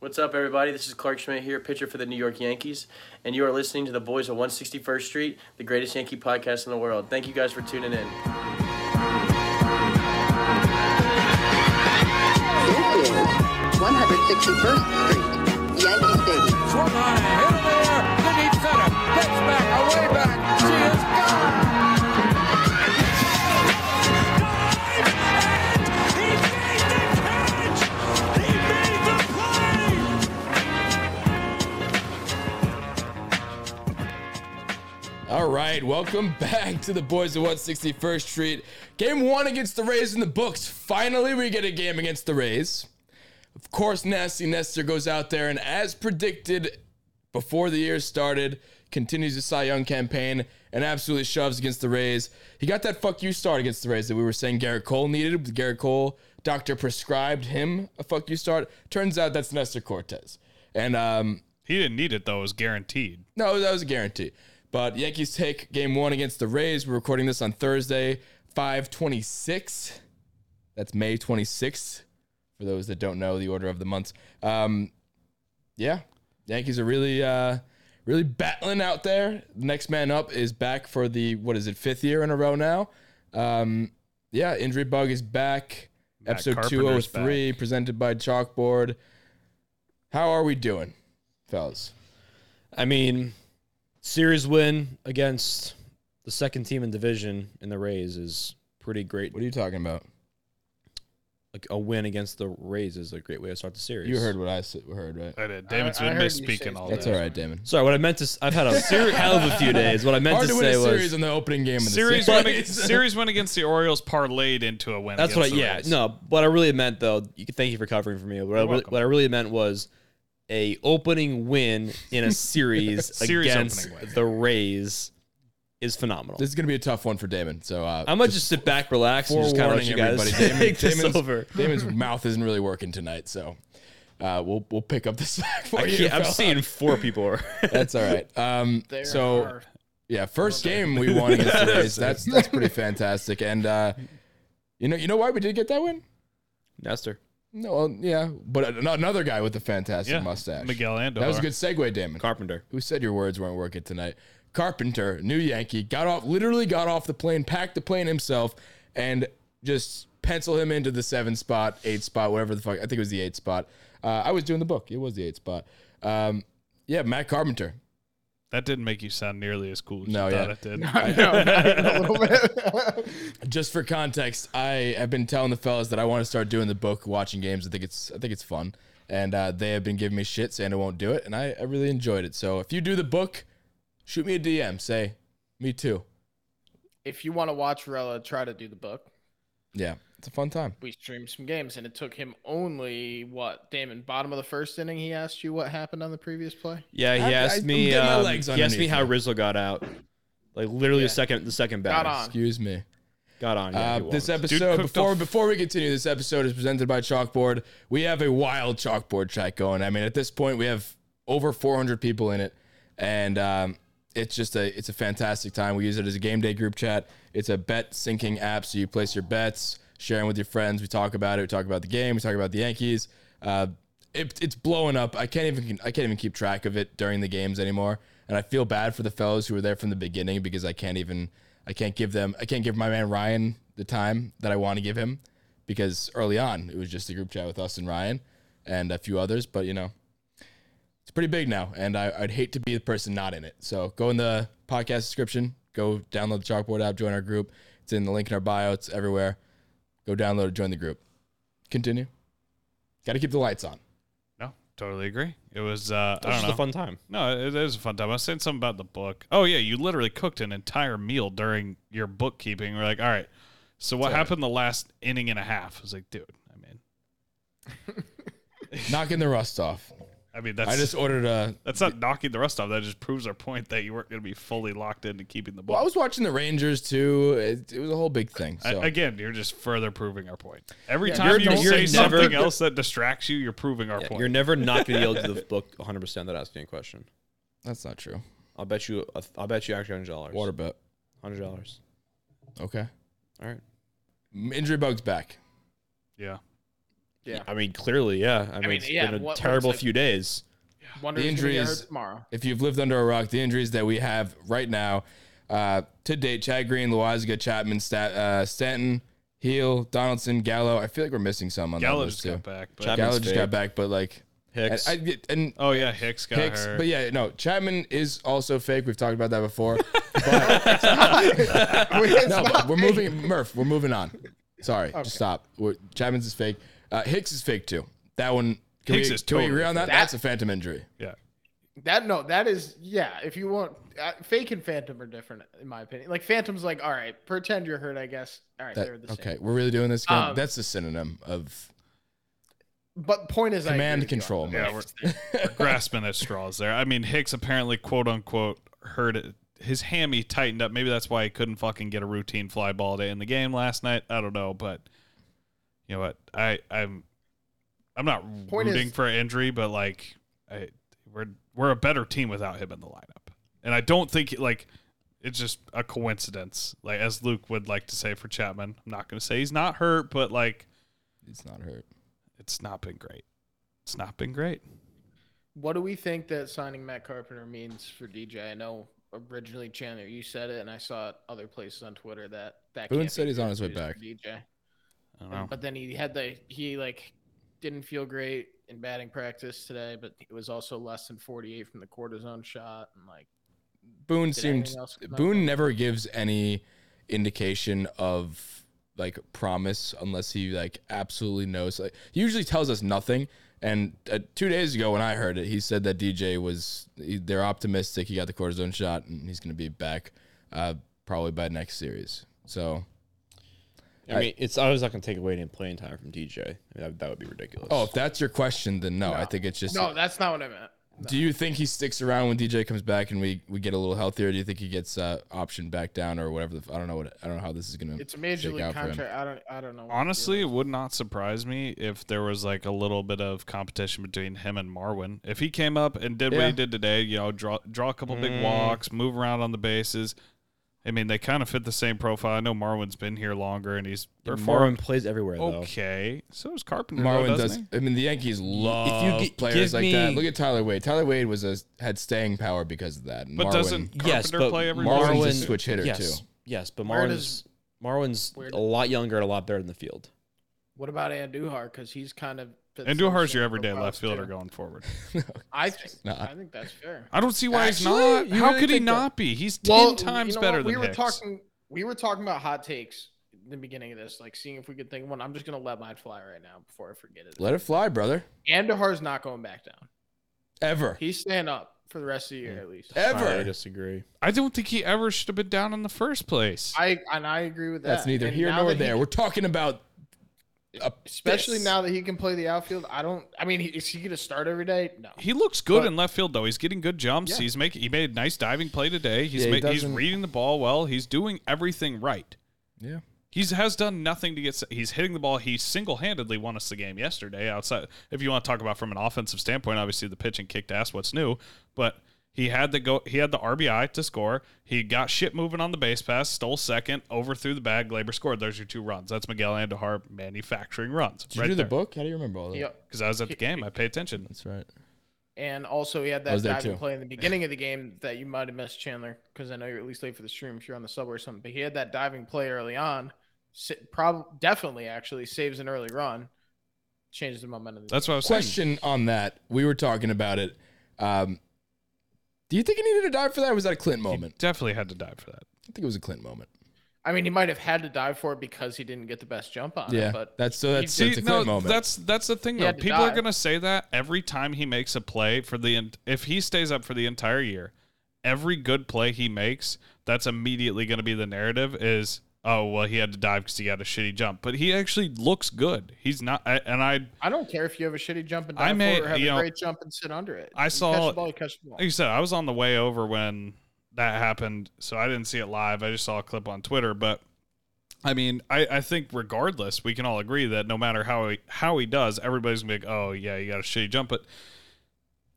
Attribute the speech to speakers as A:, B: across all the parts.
A: What's up, everybody? This is Clark Schmidt here, pitcher for the New York Yankees, and you are listening to the Boys of 161st Street, the greatest Yankee podcast in the world. Thank you guys for tuning in.
B: This is 161st Street, Yankee Stadium.
C: Swung on it, hit it there, to deep center, pitch back, away back, she is gone.
D: All right, welcome back to the boys of 161st Street. Game one against the Rays in the books. Finally, we get a game against the Rays. Of course, Nasty Nestor goes out there and, as predicted before the year started, continues his Cy Young campaign and absolutely shoves against the Rays. He got that fuck you start against the Rays that we were saying Garrett Cole needed. Garrett Cole, doctor prescribed him a fuck you start. Turns out that's Nestor Cortez. And um,
E: He didn't need it though. It was guaranteed.
D: no, that was a guarantee. But Yankees take game one against the Rays. We're recording this on Thursday, 526. That's May 26th. For those that don't know the order of the months. Um, yeah. Yankees are really uh really battling out there. The next man up is back for the what is it, fifth year in a row now. Um, yeah, injury bug is back.
E: Matt
D: Episode
E: Carpenter's
D: 203
E: back.
D: presented by Chalkboard. How are we doing, fellas?
F: I mean, series win against the second team in division in the Rays is pretty great.
D: What are you talking about?
F: Like a win against the Rays is a great way to start the series.
D: You heard what I s- heard, right?
E: I did. uh, David's been misspeaking all
D: That's
E: day.
D: all right, Damon.
F: Sorry, what I meant to. s- I've had a seri- hell of a few days. What I meant
D: Hard
F: to
D: to win
F: say
D: a
F: was
D: series in the opening game of the
E: Series
D: season.
E: went, against, series went against the Orioles, parlayed into a win.
F: that's what I.
E: against the
F: Yeah,
E: Rays.
F: no. What I really meant though, you can thank you for covering for me. What I, really,
E: welcome.
F: what I really meant was a opening win in a series,
E: Series
F: against
E: opening win.
F: the Rays is phenomenal.
D: This is gonna be a tough one for Damon. So uh,
F: I'm gonna just sit back, relax, and just kind of
D: forewarning
F: let you guys
D: everybody.
F: take this
D: Damon's,
F: over.
D: Damon's mouth isn't really working tonight, so uh, we'll we'll pick up the slack for
F: I
D: you.
F: can't, I'm
D: fella.
F: seeing four people.
D: That's all right. Um, so yeah, first game we won against the Rays. That's that's pretty fantastic. And uh, you know you know why we did get that win?
F: Nestor.
D: No, well, yeah, but an- another guy with a fantastic
E: Yeah,
D: mustache,
E: Miguel Andujar.
D: That was a good segue, Damon.
F: Carpenter.
D: who said your words weren't working tonight. Carpenter, new Yankee, got off, literally got off the plane, packed the plane himself, and just pencil him into the seven spot, eight spot, whatever the fuck. I think it was the eight spot. Uh, I was doing the book. It was the eight spot. Um, yeah, Matt Carpenter.
E: That didn't make you sound nearly as cool as
D: No,
E: you
D: yeah.
E: thought it did.
D: Just for context, I have been telling the fellas that I want to start doing the book, watching games. I think it's, I think it's fun, and uh, they have been giving me shit saying I won't do it, and I, I really enjoyed it. So if you do the book, shoot me a DM, say, me too.
G: if you want to watch Rella try to do the book,
D: Yeah, it's a fun time.
G: we streamed some games, and it took him only what Damon bottom of the first inning. He asked you what happened on the previous play.
F: Yeah, he
D: I-
F: asked
D: I'm
F: me.
D: getting my
F: um,
D: legs
F: he asked me
D: underneath
F: how
D: me.
F: Rizzo got out. Like literally the second, the second batter.
G: Got on.
D: Excuse me.
F: Got on. Yeah,
D: Uh,
F: he
D: this
F: walked.
D: episode,
E: cooked
D: before
E: a-
D: before we continue, this episode is presented by Chalkboard. We have a wild chalkboard chat going. I mean, at this point, we have over 400 people in it, and um, it's just a it's a fantastic time. We use it as a game day group chat. It's a bet syncing app, so you place your bets, sharing with your friends. We talk about it. We talk about the game. We talk about the Yankees. Uh, it, it's blowing up. I can't even I can't even keep track of it during the games anymore. And I feel bad for the fellows who were there from the beginning because I can't even I can't give them I can't give my man Ryan the time that I want to give him because early on it was just a group chat with us and Ryan and a few others, but you know it's pretty big now, and I, I'd hate to be the person not in it. So go in the podcast description, go download the Chalkboard app, join our group. It's in the link in our bio. It's everywhere. Go download it, join the group. Continue. Got to keep the lights on.
E: no, totally agree. It was. Uh, I
F: It was
E: don't
F: just
E: know.
F: a fun time.
E: no, it, it was a fun time. I was saying something about the book. Oh yeah, you literally cooked an entire meal during your bookkeeping. We're like, all right. So what happened the last inning and a half? I was like, dude. I mean,
D: knocking the rust off.
E: I mean, that's
D: I just ordered a.
E: that's not knocking the rest off. That just proves our point that you weren't going to be fully locked into keeping the ball.
D: Well, I was watching the Rangers too. It, it was a whole big thing.
E: I-
D: So
E: again, you're just further proving our point. Every
F: Yeah,
E: time
F: you're-
E: you
F: you're
E: say
F: never-
E: something else that distracts you, you're proving our point.
F: You're never not going to yield to the book 100 percent that asking a question.
D: that's not true.
F: I'll bet you. I'll bet you actually hundred dollars.
D: Water bet.
F: hundred dollars.
D: Okay.
F: All right.
D: M- Injury bugs back.
E: yeah.
G: Yeah.
F: I mean, clearly, yeah. I mean,
G: mean,
F: it's
G: yeah,
F: been a
G: what- what's
F: terrible
G: like-
F: few days.
G: Wonder
D: The
G: if he's gonna get
D: injuries-
G: hurt tomorrow.
D: If you've lived under a rock, the injuries that we have right now, uh, to date, Chad Green, Loizaga, Chapman, Stat, uh, Stanton, Heel, Donaldson, Gallo. I feel like we're missing some on
E: Gallo
D: that list
E: just
D: too.
E: got back. But
F: Chapman-
D: Gallo
F: Chapman's
D: just got
F: fake.
D: back, but like, and,
F: Hicks.
D: I, get- and
E: oh yeah, Hicks got
D: Hicks.
E: hurt.
D: But yeah, no, Chapman is also fake. We've talked about that before. no, but we're moving, Murph. We're moving on. Sorry, just stop. We're, Chapman's is fake. Uh, Hicks is fake too. That one. Can
E: Hicks
D: we,
E: is
D: can we
E: totally
D: agree on that?
G: fake.
D: That's a phantom injury.
E: yeah.
G: That no, that is yeah. If you want, uh, fake and phantom are different in my opinion. Like phantom's like, all right, pretend you're hurt. I guess all right,
D: That-
G: they're the same.
D: okay, we're really doing this. Again?
G: Um,
D: That's the synonym of
G: But point is, I agree
D: command
G: with you on
D: control.
G: that.
D: Murph.
E: Yeah, we're, we're grasping at straws there. I mean, Hicks apparently, quote unquote, hurt it. His hammy tightened up. Maybe that's why he couldn't fucking get a routine fly ball to end the game last night. I don't know, but you know what? I I'm I'm not
G: Point
E: rooting
G: is-
E: for an injury, but like I we're we're a better team without him in the lineup, and I don't think like it's just a coincidence. Like as Luke would like to say for Chapman, I'm not going to say he's not hurt, but like
D: It's not hurt.
E: it's not been great. It's not been great.
G: What do we think that signing Matt Carpenter means for DJ? I know originally Chandler, you said it, and I saw it other places on Twitter that that.
D: Boone
G: can't
D: said
G: be
D: he's
G: good
D: on his way
G: news for
D: back.
G: DJ,
E: I don't know.
G: but then he had the he like didn't feel great in batting practice today, but it was also less than 48 from the cortisone shot, and like
D: Boone
G: Did
D: seemed.
G: anything else come up?
D: Boone never gives any indication of like promise unless he like absolutely knows. Like he usually tells us nothing. And uh, two days ago, when I heard it, he said that DJ was he, they're optimistic. He got the cortisone shot, and he's going to be back uh, probably by next series. So,
F: I mean, it's I was not going to take away any playing time from DJ. I mean, that, that would be ridiculous.
D: oh, if that's your question, then no, I think it's just
G: no, that's not what I meant.
D: Do you think he sticks around when DJ comes back and we, we get a little healthier? Do you think he gets uh, optioned back down or whatever? The, I don't know what I don't know how this is gonna.
G: It's a major
D: shake
G: league
D: out for him.
G: contract. I don't. I don't know. what to do.
E: Honestly, it would not surprise me if there was like a little bit of competition between him and Marwin. If he came up and did what
D: Yeah.
E: he did today, you know, draw draw a couple big walks, move around on the bases. I mean, they kind of fit the same profile. I know Marwin's been here longer and he's
F: Marvin
E: performed
F: plays everywhere
E: Oh,
F: though.
E: okay. So is Carpenter.
D: Marwin
E: though,
D: does.
E: doesn't
D: I mean, the Yankees love
F: gi- give
D: players like that.
F: me-
D: Look at Tyler Wade. Tyler Wade was a had staying power because of that.
E: he?
D: And
E: But
D: Marwin-
E: doesn't Carpenter
F: Yes, but
E: play every
D: Marwin's a
F: Marwin
E: position?
D: switch hitter,
F: yes,
D: too.
F: Yes, but
G: Where
F: Marwin's
G: does-
F: Marwin's
G: where
F: a
G: does-
F: lot younger and a lot better than the field.
G: What about Andujar? Because he's kind of fits
E: And
G: those
E: Duhar's
G: same
E: your everyday
G: profiles,
E: left fielder
G: too.
E: going forward.
G: I think.
D: Nah.
G: I think that's fair.
E: I don't see why he's
D: Actually,
E: not.
D: you
E: How
D: really
E: could he
D: think that-
E: not be? He's ten times
G: you know
E: better than
G: what? we were
E: Hicks.
G: talking. We were talking about hot takes in the beginning of this, like seeing if we could think of one. I'm just gonna let mine fly right now before I forget it.
D: Let it fly, brother.
G: Andujar's not going back down.
D: Ever,
G: He's staying up for the rest of the year at least.
F: I
D: ever.
F: disagree.
E: I don't think he ever should have been down in the first place.
G: I and I agree with that.
D: That's neither
G: And
D: here
G: now
D: nor
G: that he
D: there. We're talking about. a
G: especially
D: piss.
G: now that he can play the outfield. I don't. I mean, he, is he going to start every day? No.
E: He looks good
G: But-
E: in left field though. He's getting good jumps. He's making he made a nice diving play today. He's
D: Yeah, he
E: ma- he's
D: doesn't-
E: reading the ball well. He's doing everything right.
D: Yeah.
E: He's has done nothing to get s- he's hitting the ball. He single-handedly won us the game yesterday outside if you want to talk about from an offensive standpoint, obviously the pitching kicked ass what's new, but he had the go he had the RBI to score. He got shit moving on the base pass, stole second, over through the bag, Glaber scored. There's your two runs. That's Miguel Andujar manufacturing runs.
D: Did you do the book? How do you remember all that?
G: Yep.
E: Because I was at the game. I pay attention.
D: That's right.
G: And also, he had
D: I
G: that
D: was there
G: diving
D: too.
G: play in the beginning of the game that you might have missed, Chandler, because I know you're at least late for the stream if you're on the subway or something. But he had that diving play early on. Probably, definitely, actually saves an early run, changes the momentum. of the
E: That's what I was saying.
D: Question on that. We were talking about it. Um, do you think he needed a dive for that? Or was that a Clint moment?
E: Definitely had to dive for that.
D: I think it was a Clint moment.
G: game. I mean, he might have had to dive for it because he didn't get the best jump on
D: Yeah,
G: it. But
D: that's so that's,
E: See,
D: that's a
E: no,
D: Clint moment.
E: that's that's the thing
G: He
E: though.
G: had to
E: People are
G: dive.
E: gonna say that every time he makes a play for the en- if he stays up for the entire year, every good play he makes, that's immediately gonna be the narrative is. oh well, he had to dive because he got a shitty jump, but he actually looks good. He's not, I, and I
G: I don't care if you have a shitty jump and
E: I
G: dive
E: may-
G: for it or have
E: you
G: a
E: know,
G: great jump and sit under it.
E: I
G: You
E: saw-
G: catch the ball, you catch the ball.
E: like you said, I was on the way over when that happened, so I didn't see it live. I just saw a clip on Twitter, but I mean, I, I think regardless, we can all agree that no matter how he, how he does, everybody's gonna be like, oh yeah, you got a shitty jump. But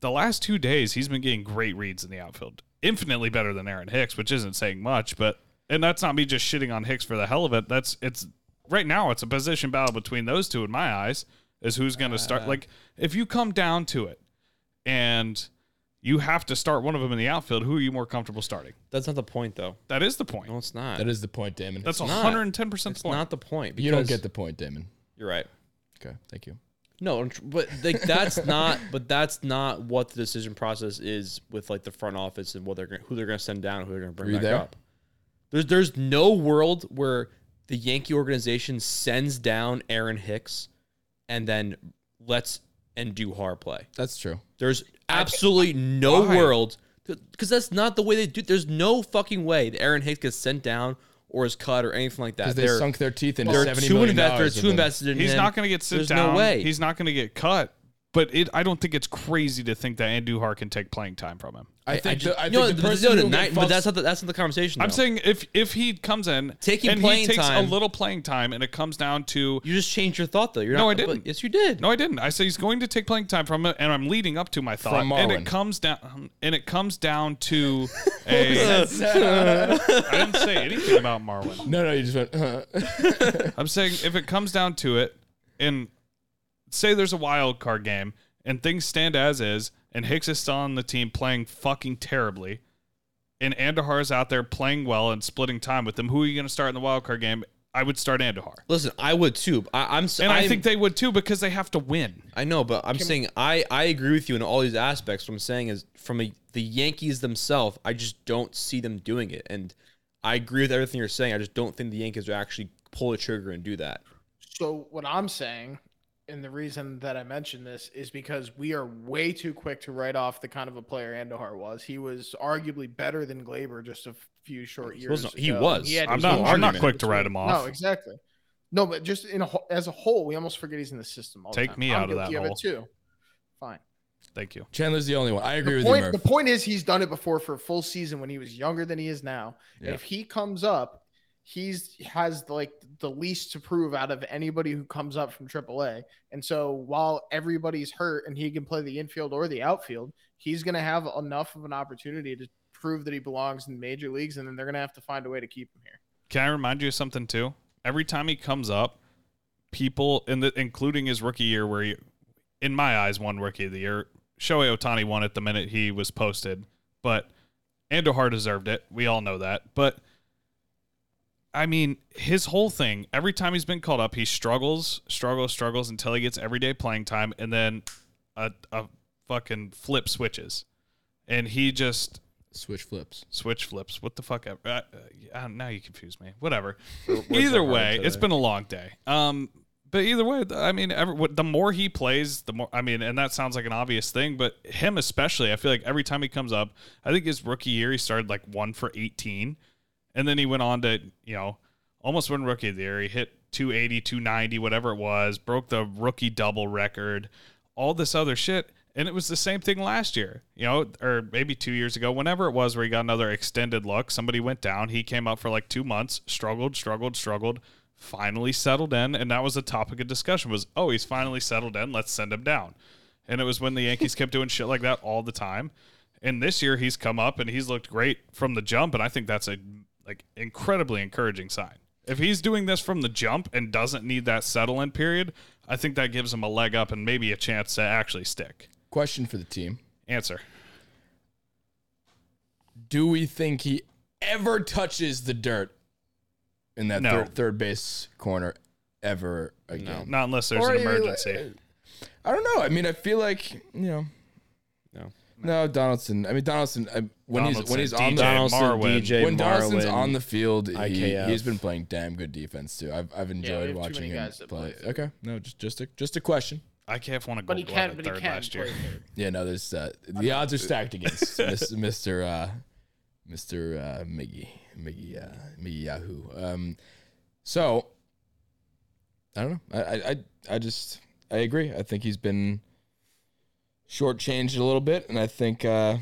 E: the last two days, he's been getting great reads in the outfield, infinitely better than Aaron Hicks, which isn't saying much. But and that's not me just shitting on Hicks for the hell of it. That's it's right now it's a position battle between those two in my eyes is who's gonna start. Like if you come down to it, and you have to start one of them in the outfield. Who are you more comfortable starting?
F: That's not the point, though.
E: That is the point.
F: No, it's not.
D: That is the point, Damon.
E: That's
F: It's not.
E: 110% the point.
F: It's not the point.
D: you don't
F: because-
D: get the point, Damon.
F: You're right.
D: Okay, thank you.
F: No, I'm tr- but like that's not. But that's not what the decision process is with like the front office and what they're gonna, who they're going to send down, who they're going to bring
D: Were you
F: back
D: there?
F: up. There's there's no world where the Yankee organization sends down Aaron Hicks and then lets and do hard play.
D: That's true.
F: There's absolutely no world because that's not the way they do. There's no fucking way that Aaron Hicks gets sent down or is cut or anything like that.
D: Because they
F: They're-
D: sunk their teeth into
F: they're
D: seventy
F: too
D: million
F: invested.
D: dollars
F: They're too
D: of them.
F: invested in
E: He's
F: him.
E: not going to get sit
F: There's
E: down.
F: No way.
E: He's not going to get cut. But it, I don't think it's crazy to think that Andu Har can take playing time from him.
D: I think.
F: just-
D: the, I
F: you
D: think
F: know,
D: the
F: but-
D: person
F: no,
D: who
F: the night-
D: fucks-
F: but that's not the, that's not the conversation.
E: I'm
F: though.
E: saying if if he comes in,
F: Taking
E: and
F: playing
E: he takes
F: time-
E: a little playing time, and it comes down to
F: you just changed your thought though. You're
E: No,
F: not,
E: I didn't.
F: but- yes, you did.
E: No, I didn't. I said he's going to take playing time from it, and I'm leading up to my thought.
D: From
E: and
D: Marwin.
E: it comes down, and it comes down to a. I didn't say anything about Marwin.
D: no, no. You just went. uh, Huh.
E: I'm saying if it comes down to it, and say there's a wild card game and things stand as is, and Hicks is still on the team playing fucking terribly, and Andahar is out there playing well and splitting time with them, who are you going to start in the wild card game? I would start Andahar.
F: Listen, I would too. but I, I'm. s-
E: And i
F: I'm-
E: think they would too because they have to win.
F: I know, but I'm saying I, I agree with you in all these aspects. What I'm saying is from a, the Yankees themselves, I just don't see them doing it. And I agree with everything you're saying. I just don't think the Yankees would actually pull the trigger and do that.
G: So what I'm saying, and the reason that I mentioned this is because we are way too quick to write off the kind of a player Andohar was. He was arguably better than Glaber just a few short
F: He
G: years.
F: wasn't- he
G: ago.
F: was.
G: had
E: I'm
G: his
E: not-
G: own
F: I'm not
G: argument
E: quick to
G: between-
E: write him off.
G: No, exactly. No, but just in a, whole- as a whole, we almost forget he's in the system. All the
E: Take
G: time.
E: me
G: I'm
E: out of that
G: guilty
E: hole.
G: It too. Fine.
E: Thank you.
D: Chandler's the only one. I agree
G: The
D: with you,
G: point,
D: Murph.
G: the point is he's done it before for a full season when he was younger than he is now.
D: Yeah.
G: And if he comes up, he's has like the least to prove out of anybody who comes up from AAA. And so while everybody's hurt and he can play the infield or the outfield, he's going to have enough of an opportunity to prove that he belongs in major leagues and then they're going to have to find a way to keep him here.
E: Can I remind you of something too? Every time he comes up, people in the including his rookie year where he in my eyes won rookie of the year. Shohei Otani won it the minute he was posted, but Andohar deserved it. We all know that. But I mean, his whole thing, every time he's been called up, he struggles, struggles, struggles until he gets everyday playing time and then a, a fucking flip switches. And he just
D: Switch flips.
E: switch flips. What the fuck? Ever? Uh, uh, now you confuse me. Whatever. either way, it's been a long day. Um, but either way, th- I mean, every, what- the more he plays, the more. I mean, and that sounds like an obvious thing, but him especially, I feel like every time he comes up, I think his rookie year he started like one for eighteen, and then he went on to you know almost win rookie of the year. He hit 280, 290, whatever it was, broke the rookie double record, all this other shit. And it was the same thing last year, you know, or maybe two years ago, whenever it was where he got another extended look. Somebody went down. He came up for like two months, struggled, struggled, struggled, finally settled in. And that was the topic of discussion was, oh, he's finally settled in. Let's send him down. And it was when the Yankees kept doing shit like that all the time. And this year he's come up and he's looked great from the jump. And I think that's a like incredibly encouraging sign. If he's doing this from the jump and doesn't need that settle in period, I think that gives him a leg up and maybe a chance to actually stick.
D: Question for the team:
E: Answer.
D: Do we think he ever touches the dirt in that
E: No.
D: third, third base corner ever again?
E: Not unless there's
D: Or
E: an
D: you-
G: uh,
E: emergency.
D: I don't know. I mean, I feel like you know.
F: No.
D: No, Donaldson. I mean, Donaldson. I, when he's when he's
E: Donaldson,
D: on the
E: DJ,
F: Donaldson,
E: Marwin.
F: DJ,
D: when Donaldson's
F: Marwin,
D: on the field, he,
F: IKF.
D: he's been playing damn good defense too. I've, I've enjoyed
G: have too
D: watching
G: many
D: him
G: guys that
D: play.
G: play
D: Okay, no, just just a just a question.
E: IKF won a
G: But he
E: gold glove
G: can,
E: at
G: but he
E: third
G: can.
E: last year.
G: play third.
D: Yeah, no, there's uh, the odds are stacked against Mister uh, Mister uh, Miggy Miggy uh, Miggy Yahoo. Um, So I don't know. I I I, I just I agree. I think he's been shortchanged a little bit, and I think uh,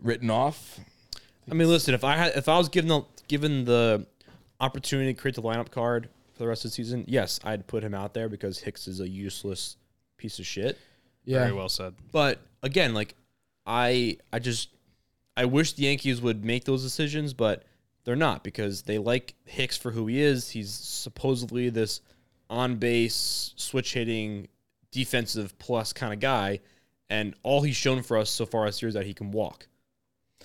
D: written off.
F: I mean, listen, if I had, if I was given the given the opportunity to create the lineup card for the rest of the season, yes, I'd put him out there because Hicks is a useless piece of shit.
D: Yeah,
E: Very well said.
F: But again, like I I just I wish the Yankees would make those decisions, but they're not because they like Hicks for who he is. He's supposedly this on base, switch hitting, defensive plus kind of guy, and all he's shown for us so far this year is that he can walk.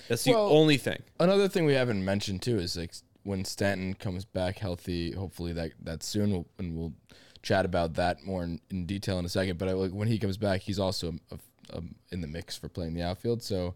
F: That's the
D: Well-
F: only thing.
D: Another thing we haven't mentioned too is like when Stanton comes back healthy. Hopefully that that soon, we'll, and we'll chat about that more in, in detail in a second. But I, like when he comes back, he's also a, a- in the mix for playing the outfield. So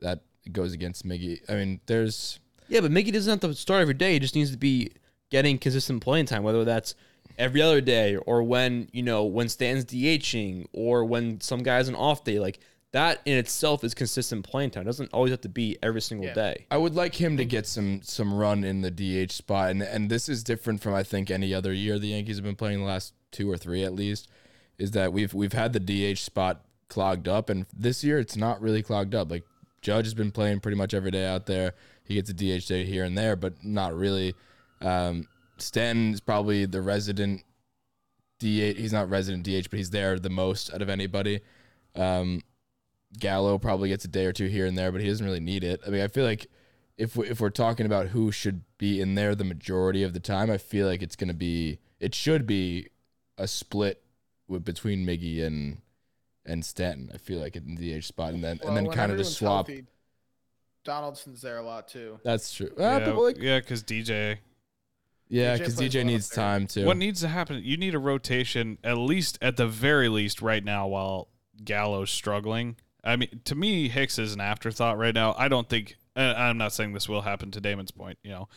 D: that goes against Miggy. I mean, there's
F: Yeah, but Mickey doesn't have to start every day. He just needs to be getting consistent playing time, whether that's every other day or when, you know, when Stan's DHing or when some guy's an off day. Like that in itself is consistent playing time. It doesn't always have to be every single
G: Yeah.
F: day.
D: I would like him to get some some run in the DH spot, and and this is different from I think any other year the Yankees have been playing the last two or three at least. Is that we've we've had the DH spot clogged up, and this year it's not really clogged up. Like Judge has been playing pretty much every day out there. He gets a DH day here and there, but not really. Um, Stanton is probably the resident DH. He's not resident DH, but he's there the most out of anybody. Um, Gallo probably gets a day or two here and there, but he doesn't really need it. I mean, I feel like if we, if we're talking about who should be in there the majority of the time, I feel like it's going to be it should be a split with, between Miggy and and Stanton. I feel like in the DH spot, and then
G: Well,
D: and then
G: when
D: kind of just
G: everyone's
D: swap.
G: healthy, Donaldson's there a lot too.
D: That's true.
E: Yeah,
D: Ah, but like-
E: yeah, because DJ.
D: yeah,
G: DJ
D: because
G: plays
D: DJ,
G: well
D: needs
G: up there.
D: time too.
E: What needs to happen? You need a rotation at least, at the very least, right now while Gallo's struggling. I mean, to me, Hicks is an afterthought right now. I don't think. and I'm not saying this will happen to Damon's point, you know,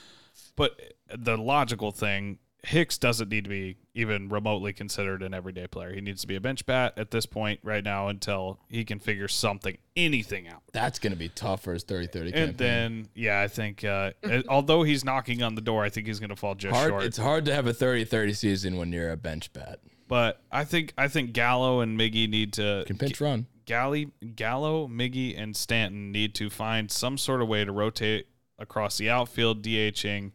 E: but the logical thing, Hicks doesn't need to be even remotely considered an everyday player. He needs to be a bench bat at this point right now until he can figure something, anything out.
D: That's going to be tough for his 30-30 campaign.
E: And then, yeah, I think uh, although he's knocking on the door, I think he's going to fall just
D: hard,
E: short.
D: it's hard to have a 30-30 season when you're a bench bat.
E: But I think I think Gallo and Miggy need to
D: Can pinch run.
E: Gally, Gallo, Miggy, and Stanton need to find some sort of way to rotate across the outfield, DHing,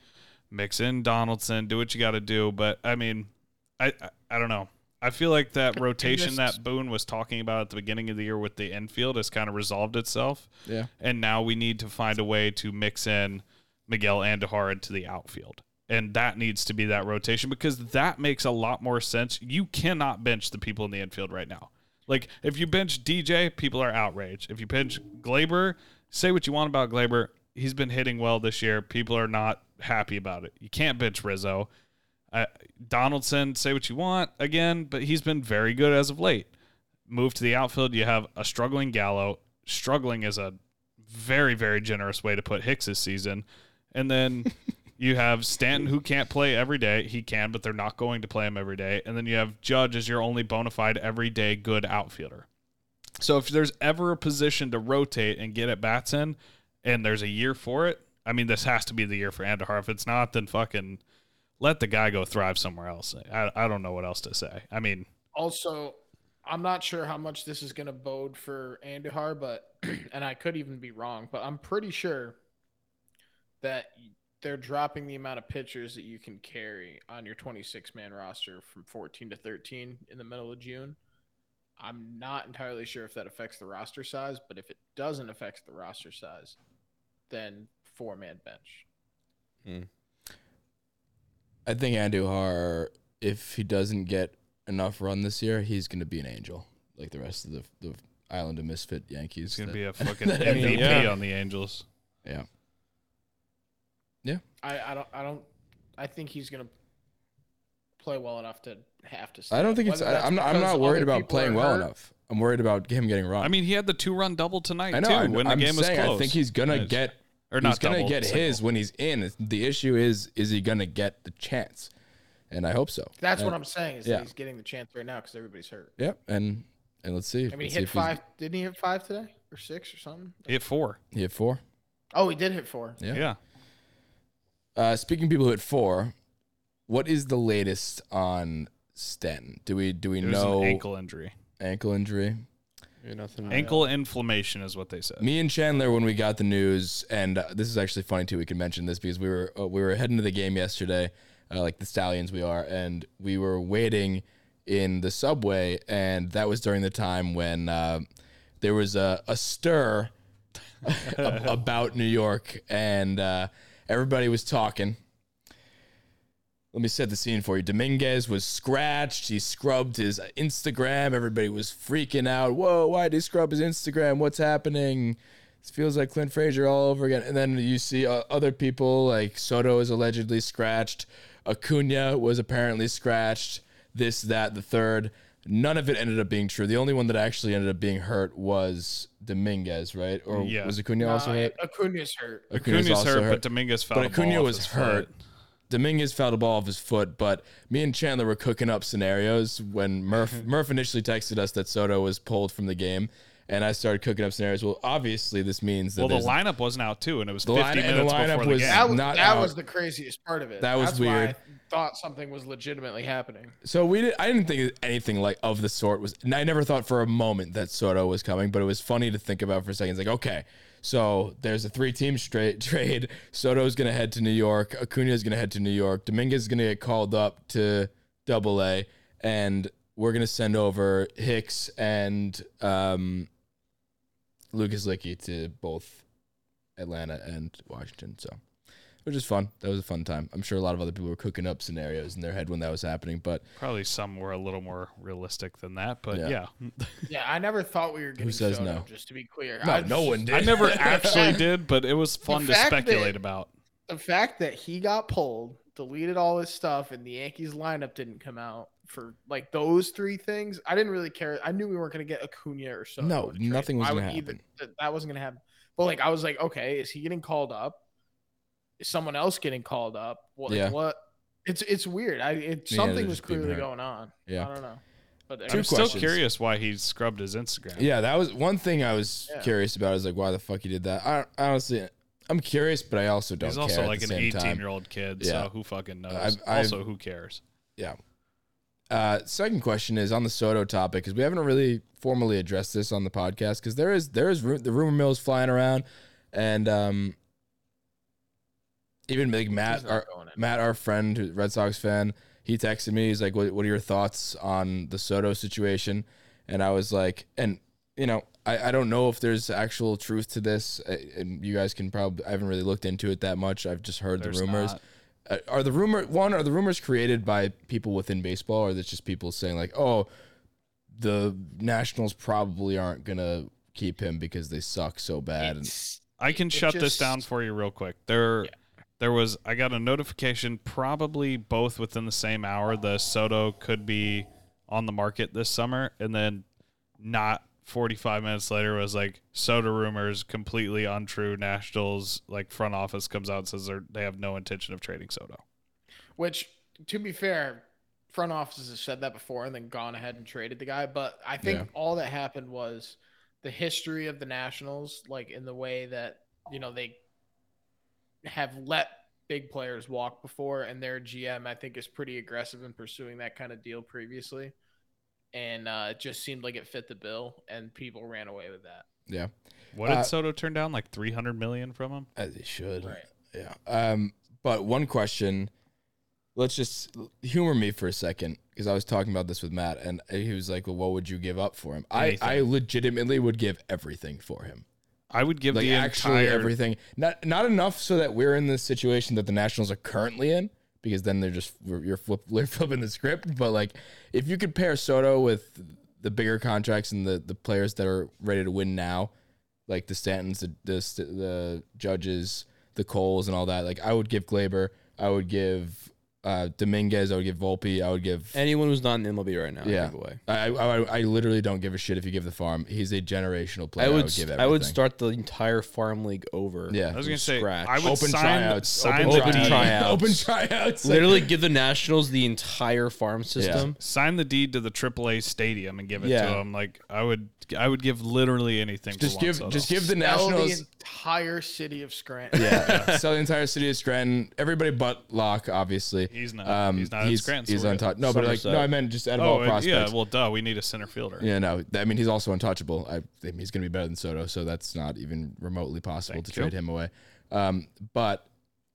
E: mix in Donaldson, do what you got to do. But I mean, I, I I don't know. I feel like that rotation that Boone was talking about at the beginning of the year with the infield has kind of resolved itself,
D: Yeah.
E: and now we need to find a way to mix in Miguel Andahar into the outfield. And that needs to be that rotation because that makes a lot more sense. You cannot bench the people in the infield right now. Like if you bench DJ, people are outraged. If you bench Glaber, say what you want about Glaber, he's been hitting well this year. People are not happy about it. You can't bench Rizzo. Uh, Donaldson, say what you want again, but he's been very good as of late. Move to the outfield, you have a struggling Gallo. Struggling is a very very generous way to put Hicks this season, and then. You have Stanton who can't play every day. He can, but they're not going to play him every day. And then you have Judge as your only bona fide everyday good outfielder. So if there's ever a position to rotate and get at bats in, and there's a year for it, I mean, this has to be the year for Andahar. If it's not, then fucking let the guy go thrive somewhere else. I, I don't know what else to say. I mean,
G: Also, I'm not sure how much this is going to bode for Andahar, but and I could even be wrong, but I'm pretty sure that they're dropping the amount of pitchers that you can carry on your 26 man roster from 14 to 13 in the middle of June. I'm not entirely sure if that affects the roster size, but if it doesn't affect the roster size, then four man bench.
D: I think Andujar, if he doesn't get enough run this year, he's going to be an angel, like the rest of the, the island of misfit Yankees.
E: it's going to
D: that-
E: be a fucking
D: that end
E: MVP
D: up-
E: on the Angels.
D: yeah.
G: I, I don't I don't I think he's gonna play well enough to have to. Stay.
D: I don't think it's.
G: Whether
D: I,
G: that's
D: I'm not. I'm
G: because
D: not worried
G: other
D: about
G: people
D: playing
G: are
D: well
G: hurt-
D: enough. I'm worried about him getting run.
E: I mean, he had the two run double tonight
D: I know.
E: too
D: I,
E: when
D: am
E: the game was
D: saying
E: close.
D: I think he's gonna
E: Nice.
D: get.
E: or
D: he's gonna
E: double,
D: get
E: single.
D: his when he's in. It's- The issue is, is he gonna get the chance? And I hope so.
G: That's
D: And-
G: what I'm saying is
D: yeah.
G: that he's getting the chance right now because everybody's hurt.
D: Yep. And and let's see.
G: I mean,
D: Let's
G: he
D: see
G: hit
D: if he's-
G: five. Didn't he hit five today or six or something?
E: Hit four.
D: He hit four.
G: Oh, he did hit four.
D: Yeah.
E: yeah.
D: Uh, speaking of people who hit four, What is the latest on Stanton? Do we do we
E: It was
D: know
E: an ankle injury.
D: ankle injury?
F: Yeah, nothing.
E: Ankle inflammation is what they said.
D: Me and Chandler, when we got the news, and uh, this is actually funny too. We can mention this because we were uh, we were heading to the game yesterday, uh, like the Stallions we are, and we were waiting in the subway, and that was during the time when uh, there was a, a stir ab- about New York, and uh, everybody was talking. Let me set the scene for you. Dominguez was scratched. He scrubbed his uh, Instagram. Everybody was freaking out. Whoa, why did he scrub his Instagram? What's happening? This feels like Clint Frazier all over again. And then you see uh, other people like Soto is allegedly scratched. Acuna was apparently scratched. This, that, the third. None of it ended up being true. The only one that actually ended up being hurt was Dominguez, right? Or
E: Yeah.
D: was Acuna also hurt?
G: Uh, Acuna's hurt.
D: Acuna's,
E: Acuna's
D: also
E: hurt, but Dominguez fouled
D: but
E: the ball
D: Acuna
E: off
D: was
E: his
D: hurt.
E: foot.
D: Dominguez fouled a ball off his foot, but me and Chandler were cooking up scenarios when Murph Murph initially texted us that Soto was pulled from the game, and I started cooking up scenarios. Well, obviously this means that
E: Well, the
D: there's-
E: lineup wasn't out too, and it was
D: The
E: 50
D: line- and the
E: minutes
D: lineup
E: before
D: was
E: the game.
G: That was
D: Not
G: that
D: out.
G: was the craziest part of it.
D: That was
G: That's why
D: weird.
G: I thought something was legitimately happening.
D: so we did, I didn't think anything like of the sort was. And I never thought for a moment that Soto was coming, but it was funny to think about for a second. It's like okay. So there's a three-team straight trade. Soto's gonna head to New York. Acuna's gonna head to New York. Dominguez is gonna get called up to Double A, and we're gonna send over Hicks and um, Lucas Licky to both Atlanta and Washington. So, which is fun. That was a fun time. I'm sure a lot of other people were cooking up scenarios in their head when that was happening. But
E: Probably some were a little more realistic than that, but
D: Yeah.
E: yeah.
G: Yeah, I never thought we were getting
D: says
G: Soto,
D: no?
G: just to be clear.
D: no,
G: I-
D: no one did.
E: I never actually did, but it was fun to
G: fact that-
E: speculate about.
G: The fact that he got pulled, deleted all his stuff, and the Yankees lineup didn't come out for like those three things, I didn't really care. I knew we weren't going to get Acuna or something.
D: No, nothing was
G: I
D: gonna
G: would either-
D: happen.
G: that- that wasn't going to happen. But like, I was like, okay, is he getting called up? Is someone else getting called up? What? like,
D: Yeah.
G: what? It's it's weird. I it,
D: Yeah,
G: something
D: they're
G: was
D: just being
G: clearly
D: hurt.
G: going on.
D: Yeah.
G: I don't know. But
D: Two
E: I'm
G: I'm-
E: still
D: questions.
E: curious why he scrubbed his Instagram.
D: Yeah, that was one thing I was
G: Yeah.
D: curious about. Is like, why the fuck he did that? I, I honestly, I'm curious, but I also don't.
E: He's
D: care
E: also
D: at
E: like
D: the
E: an
D: same
E: 18
D: time.
E: year old kid,
D: Yeah.
E: so who fucking knows?
D: I've- I've-
E: also, who cares?
D: Yeah. Uh, second question is on the Soto topic because we haven't really formally addressed this on the podcast because there is there is ru- the rumor mills flying around, and um, even like Matt,
G: not
D: our,
G: going in.
D: Matt, our friend, who's a Red Sox fan, he texted me. He's like, "What what are your thoughts on the Soto situation?" And I was like, and you know, I, I don't know if there's actual truth to this, uh, and you guys can probably I haven't really looked into it that much. I've just heard
E: There's
D: the rumors.
E: not.
D: Uh, are the rumor one are the rumors created by people within baseball or is it just people saying like oh the nationals probably aren't gonna keep him because they suck so bad and
G: it's-
E: I can
G: It
E: shut this
G: just-
E: down for you real quick. There, there was. I got a notification, probably both within the same hour. The Soto could be on the market this summer, and then not 45 minutes later was like Soto rumors completely untrue. Nationals like front office comes out and says they they have no intention of trading Soto.
G: Which, to be fair, front offices have said that before and then gone ahead and traded the guy. But I think
D: Yeah.
G: all that happened was the history of the Nationals, like in the way that, you know, they have let big players walk before, and their GM, I think, is pretty aggressive in pursuing that kind of deal previously. And uh, it just seemed like it fit the bill, and people ran away with that.
D: yeah
E: What did
D: Uh,
E: Soto turn down? Like 300 million from him?
D: as they should
G: Right.
D: yeah um but one question let's just humor me for a second because i was talking about this with matt and he was like well what would you give up for him I, I
E: Anything.
D: legitimately would give everything for him
E: I would give
D: like
E: the
D: actually
E: entire
D: everything. Not not enough so that we're in the situation that the Nationals are currently in, because then they're just we're- you're flip, we're flipping the script. But like, if you could pair Soto with the bigger contracts and the the players that are ready to win now, like the Stantons, the the, St- the Judges, the Coles, and all that, like I would give Glaber, I would give uh, Dominguez, I would give Volpe, I would give
F: Anyone who's not in the MLB right now,
D: yeah.
F: I give away.
D: I, I I- I literally don't give a shit if you give the farm. He's a generational player.
F: I would,
D: give
F: I would
D: everything.
F: start the entire farm league over.
D: Yeah.
E: I was
F: from
E: gonna say
F: scratch.
E: I would
D: Open
E: sign,
D: tryouts.
E: sign
D: Open
E: the
F: tryouts.
E: deed.
F: Open tryouts.
D: Open tryouts.
F: literally give the Nationals the entire farm system.
E: sign the deed to the AAA stadium and give it
F: Yeah.
E: to him. Like I would, I would give literally anything. for
D: Just
E: Juan
D: give,
E: Soto.
D: just give the
G: Sell the
D: Nationals
G: entire city of Scranton.
D: Yeah, sell the entire city of Scranton. Everybody but Locke, obviously. Um,
E: He's not- he's not in Scranton, so
D: He's
E: we're good.
D: untouchable. No, but like,
F: Somerset.
D: no, I meant just out of all
E: Oh, and- yeah.
D: prospects. Yeah,
E: Well, duh. We need a center fielder.
D: no, I mean he's also untouchable. I think he's going to be better than Soto, so that's not even remotely possible
E: Thank
D: to
E: you.
D: trade him away. Um, but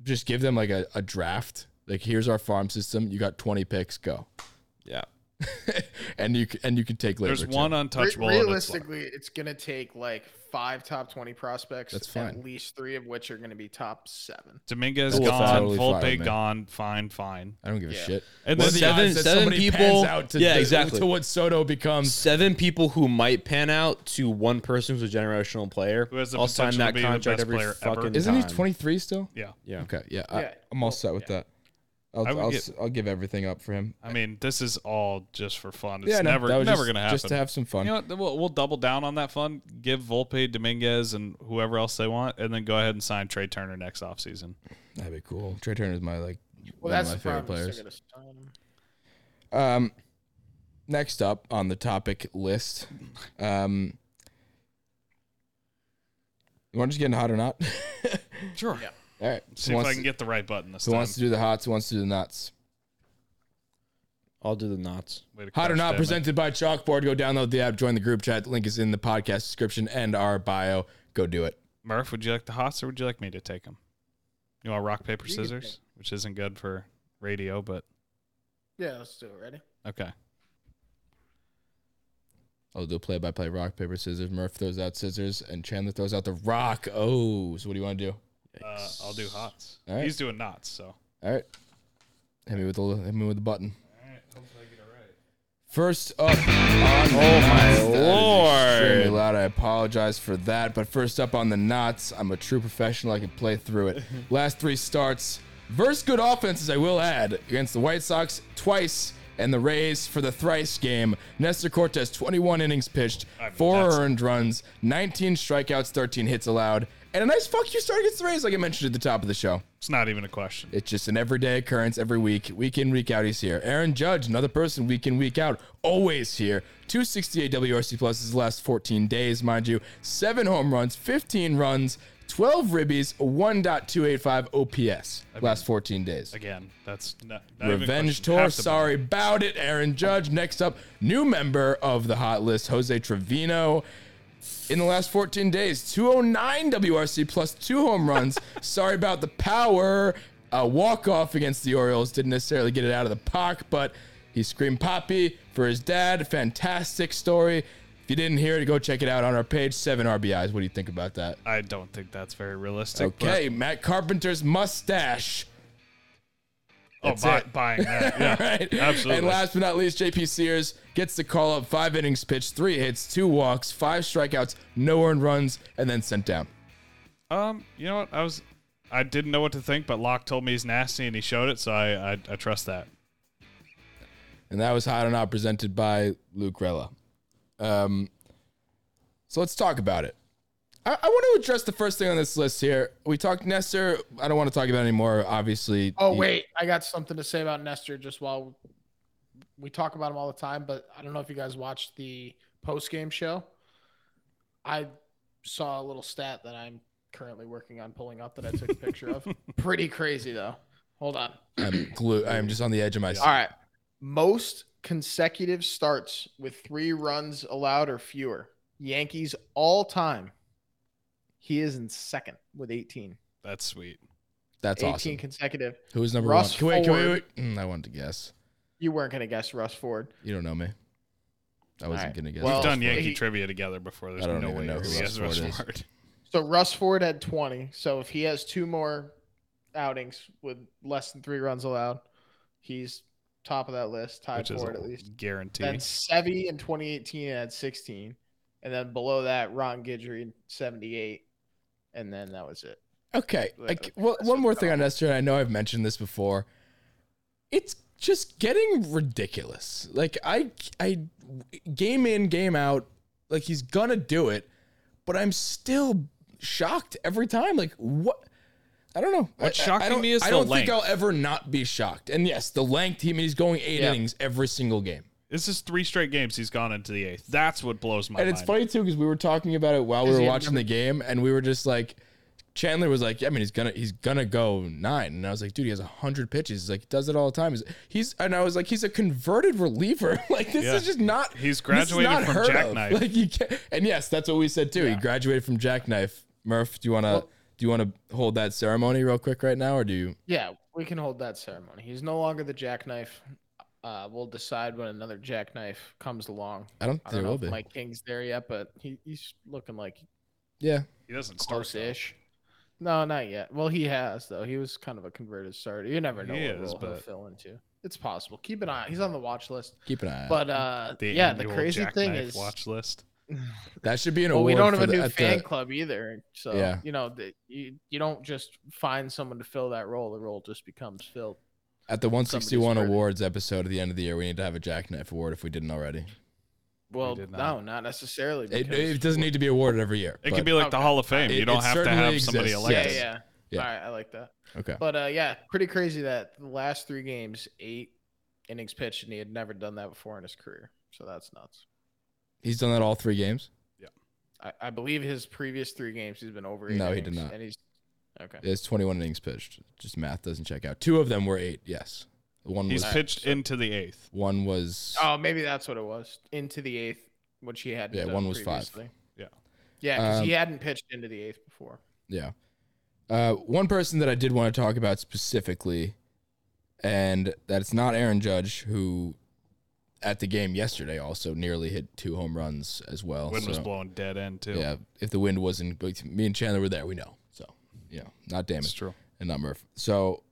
D: just give them like a, a draft. Like, here's our farm system. You got 20 picks. Go,
F: Yeah.
D: and you c- and you can take
E: There's
D: Labor, too.
E: one
G: Re-
E: untouchable. and it's Locke.
G: realistically, it's gonna take like five top twenty prospects.
D: That's fine.
G: At least three of which are gonna be top seven.
E: Dominguez
D: That's
E: gone,
D: totally fine
E: Volpe
D: with me.
E: gone, fine, fine.
D: I don't give a
G: Yeah.
D: shit.
E: And
D: What
E: then
D: are the
E: seven-
D: odds that
F: seven
D: somebody
F: people-
D: pans out to
F: Yeah,
D: the-
F: exactly.
D: to what Soto becomes.
F: Seven people who might pan out to one person who's a generational player.
E: Who has the
F: I'll sign
E: potential to
F: that
E: be the
F: contract
E: best
F: every
E: player ever.
F: fucking
D: Isn't he
F: time.
D: 23 still?
E: Yeah.
F: Yeah.
D: Okay, yeah,
G: Yeah.
D: I, I'm all set with that. I'll,
E: I would
D: I'll,
E: get-
D: s will give everything up for him.
E: I mean, this is all just for fun. It's
D: Yeah, no,
E: never,
D: that was
E: never
D: just-
E: going to happen.
D: just to have some fun.
E: You know, what, we'll, we'll double down on that fun. Give Volpe, Dominguez, and whoever else they want, and then go ahead and sign Trey Turner next offseason.
D: That'd be cool. Trey Turner is my like
G: Well,
D: one
G: that's
D: of my
G: the
D: favorite
G: problem. they're
D: players.
G: gonna sign him.
D: Um, next up on the topic list, um, you want to just get into hot or not?
E: Sure.
D: all right.
E: See
D: who
E: if
D: wants,
E: I can get the right button this
D: who
E: time.
D: wants to do the hots? Who wants to do the knots?
F: I'll do the knots.
E: Way to
D: Hot or
E: crush
D: not
E: that, man.
D: presented by Chalkboard. Go download the app, join the group chat. The link is in the podcast description and our bio. Go do it.
E: Murph, would you like the hots or would you like me to take them? You want rock, paper, scissors, which isn't good for radio, but
G: Yeah, let's do it. Ready?
E: okay.
D: I'll do a play by play rock, paper, scissors. Murph throws out scissors and Chandler throws out the rock. Oh, so what do you want to do?
E: Uh, I'll do hots.
D: All right.
E: He's doing knots, so.
D: All right. Hit me with the hit me with the button. First up on oh my
F: lord.
D: extremely loud. I apologize for that, but first up on the knots, I'm a true professional. I can play through it. Last three starts versus good offenses, I will add, against the White Sox twice and the Rays for the thrice game. Nestor Cortez, 21 innings pitched,
E: I mean,
D: four
E: that's-
D: earned runs, 19 strikeouts, 13 hits allowed, and a nice fuck you start against the Rays, like I mentioned at the top of the show.
E: It's not even a question.
D: It's just an everyday occurrence every week, week in, week out. He's here. Aaron Judge, another person, week in, week out, always here. 268 WRC plus his last 14 days, mind you. Seven home runs, 15 runs, 12 ribbies, 1.285 OPS last 14 days.
E: Again, that's not, not even a
D: Revenge
E: question.
D: tour.
E: Have to be.
D: Sorry about it, Aaron Judge. Next up, new member of the hot list, Jose Trevino. In the last 14 days, 209 WRC plus two home runs. sorry about the power. A walk off against the Orioles didn't necessarily get it out of the park, but he screamed Poppy for his dad. Fantastic story. If you didn't hear it, go check it out on our page. Seven RBIs. What do you think about that?
E: I don't think that's very realistic. but-
D: Okay, Matt Carpenter's mustache.
E: Oh,
D: That's
E: buy,
D: it.
E: buying that. Yeah,
D: right?
E: Absolutely.
D: And last but not least, JP Sears gets the call up five innings pitched, three hits, two walks, five strikeouts, no earned runs, and then sent down.
E: um, you know what? I was, I didn't know what to think, but Locke told me he's nasty, and he showed it, so I, I, I trust that.
D: And that was Hot or Not presented by Luke Rella. Um, so let's talk about it. I, I want to address the first thing on this list here. We talked Nestor. I don't want to talk about it anymore, obviously.
G: Oh
D: He-
G: wait, I got something to say about Nestor. Just while we talk about him all the time, but I don't know if you guys watched the post game show. I saw a little stat that I'm currently working on pulling up that I took a picture of. Pretty crazy though. Hold on.
D: I'm glued. I'm just on the edge of my
G: All right. Most consecutive starts with three runs allowed or fewer. Yankees all time. He is in second with 18.
E: That's sweet.
D: That's
G: 18
D: awesome.
G: consecutive.
D: Who was number
G: Russ
D: one? Wait, can we,
G: Ford.
D: wait. Mm, I wanted to guess.
G: You weren't going to guess Russ Ford.
D: You don't know me. I wasn't
G: right.
D: gonna guess.
G: Well,
D: Russ
E: We've done
D: Ford.
E: Yankee
G: he-
E: trivia together before. There's
D: Oh, I don't
E: no
D: even
E: way
D: know
E: you're
D: who
E: gonna
D: Russ
E: guess Russ
D: Ford is.
E: Ford.
G: So Russ Ford had 20. So if he has two more outings with less than three runs allowed, he's top of that list, tied
E: Which is
G: for it
E: a
G: at least.
E: guarantee.
G: Then Sevy in 2018 had 16. And then below that, Ron Guidry in 78. And then that was it.
D: Okay.
G: Yeah,
D: Like, well,
G: that's
D: one
G: what
D: more
G: got
D: thing on Nestor, and I know I've mentioned this before. It's just getting ridiculous. Like I, I, game in, game out. Like he's gonna do it, but I'm still shocked every time. Like what? I don't know.
E: What's
D: I- I- I
E: shocking
D: don't,
E: me is
D: I
E: the
D: don't
E: length.
D: think I'll ever not be shocked. And yes, the length. He I mean, he's going eight innings every single game.
E: This is three straight games he's gone into the eighth. That's what blows my
D: and
E: mind.
D: it's funny too because we were talking about it while we were
G: he had
D: watching the game, and we were just like, Chandler was like, "I mean, he's gonna he's gonna go nine. and I was like, "Dude, he has hundred pitches. He's like, he does it all the time. He's, he's and I was like, he's a converted reliever. like this
E: Yeah.
D: is just not
E: He's
D: this is
E: graduated
D: not
E: from
D: heard of.
E: jackknife.
D: Like you can't, and yes, that's what we said too. He graduated from jackknife. Murph, do you wanna do you wanna hold that ceremony real quick right now, or do you?
G: Yeah, we can hold that ceremony. He's no longer the jackknife. Uh, we'll decide when another jackknife comes along.
D: I don't
G: I
D: think
G: don't
D: there
G: know
D: will
G: if
D: be.
G: Mike King's there yet, but he, he's looking like
D: yeah,
E: he doesn't start. though.
G: close-ish. No, not yet. Well, he has though. He was kind of a converted starter. You never know
E: He
G: what
E: is,
G: role he'll
E: but-
G: fill into. It's possible. Keep an eye. He's on the watch list.
D: keep an eye. out.
G: But uh,
E: The
G: yeah, the
E: annual
G: crazy thing
E: Jackknife
G: is,
E: watch list.
D: that should be an
G: well, we
D: award.
G: don't
D: for
G: have a
D: the-
G: new
D: at the-
G: fan club either. So
D: Yeah.
G: you know, the, you you don't just find someone to fill that role. The role just becomes filled.
D: At the 161
G: Somebody's hurting.
D: awards episode at the end of the year, we need to have a jackknife award if we didn't already.
G: Well,
E: did
G: no,
E: not.
G: not necessarily.
D: It,
G: because-
D: it doesn't need to be awarded every year.
E: It
D: but-
E: could be like the
G: Okay.
E: Hall of Fame.
D: It-
E: you don't
D: it
E: have to
D: certainly
E: have somebody
D: exists,
E: elected.
G: yeah, yeah,
D: Yeah.
G: yeah. All right, I like that.
D: okay.
G: But uh, yeah, pretty crazy that the last three games, eight innings pitched, and he had never done that before in his career. So that's nuts.
D: He's done that all three games.
G: I, I believe his previous three games, he's been over. Eight
D: No, he
G: innings,
D: did not.
G: And he's okay.
D: It's 21 innings pitched. Just math doesn't check out. Two of them were eight. Yes. One
E: He's
D: was
E: pitched into the eighth.
D: one was
G: Oh, maybe that's what it was. Into the eighth, which he had.
D: Yeah,
G: done
D: one was five.
G: previously. five.
E: Yeah.
G: Yeah, because he
D: Um,
G: hadn't pitched into the eighth before.
D: yeah. Uh, one person that I did want to talk about specifically, and that's not Aaron Judge, who at the game yesterday also nearly hit two home runs as well.
E: Wind was
D: so-
E: blowing dead end too.
D: Yeah, if the wind wasn't, but me and Chandler were there. We know, so you know, not
E: it's
D: damaged
E: true.
D: and not Murph. So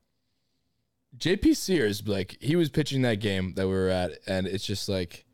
D: JP Sears, like he was pitching that game that we were at, and it's just like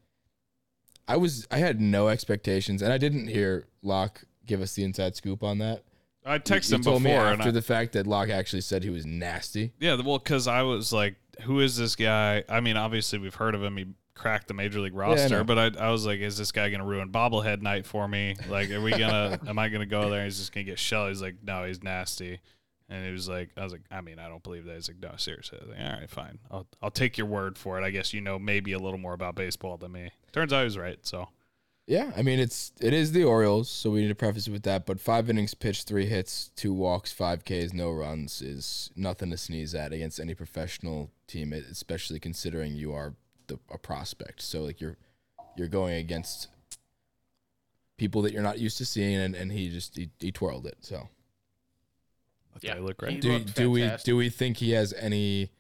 D: I was, I had no expectations, and I didn't hear Locke give us the inside scoop on that.
E: I texted
D: You
E: him before,
D: told me
E: and
D: after
E: I,
D: the fact that Locke actually said he was nasty.
E: yeah, well, because I was like, "Who is this guy?" I mean, obviously we've heard of him. He cracked the major league
D: I
E: roster,
D: know.
E: but I, I was like, "Is this guy gonna ruin bobblehead night for me? Like, are we gonna? am I gonna go there? and He's just gonna get shelled." He's like, "No, he's nasty." And he was like, "I was like, I mean, I don't believe that." He's like, "No, seriously." I was like, "All right, fine. I'll I'll take your word for it. I guess you know maybe a little more about baseball than me." Turns out he was right. So
D: Yeah, I mean it's it is the Orioles, so we need to preface it with that. But five innings pitched, three hits, two walks, five Ks, no runs is nothing to sneeze at against any professional team, e, especially considering you are the, a prospect. So like you're you're going against people that you're not used to seeing, and, and he just he, he twirled it. So
E: I thought
G: Yeah.
E: he looked right.
G: He
D: do
G: looked
D: do we
G: fantastic.
D: do we think he has any?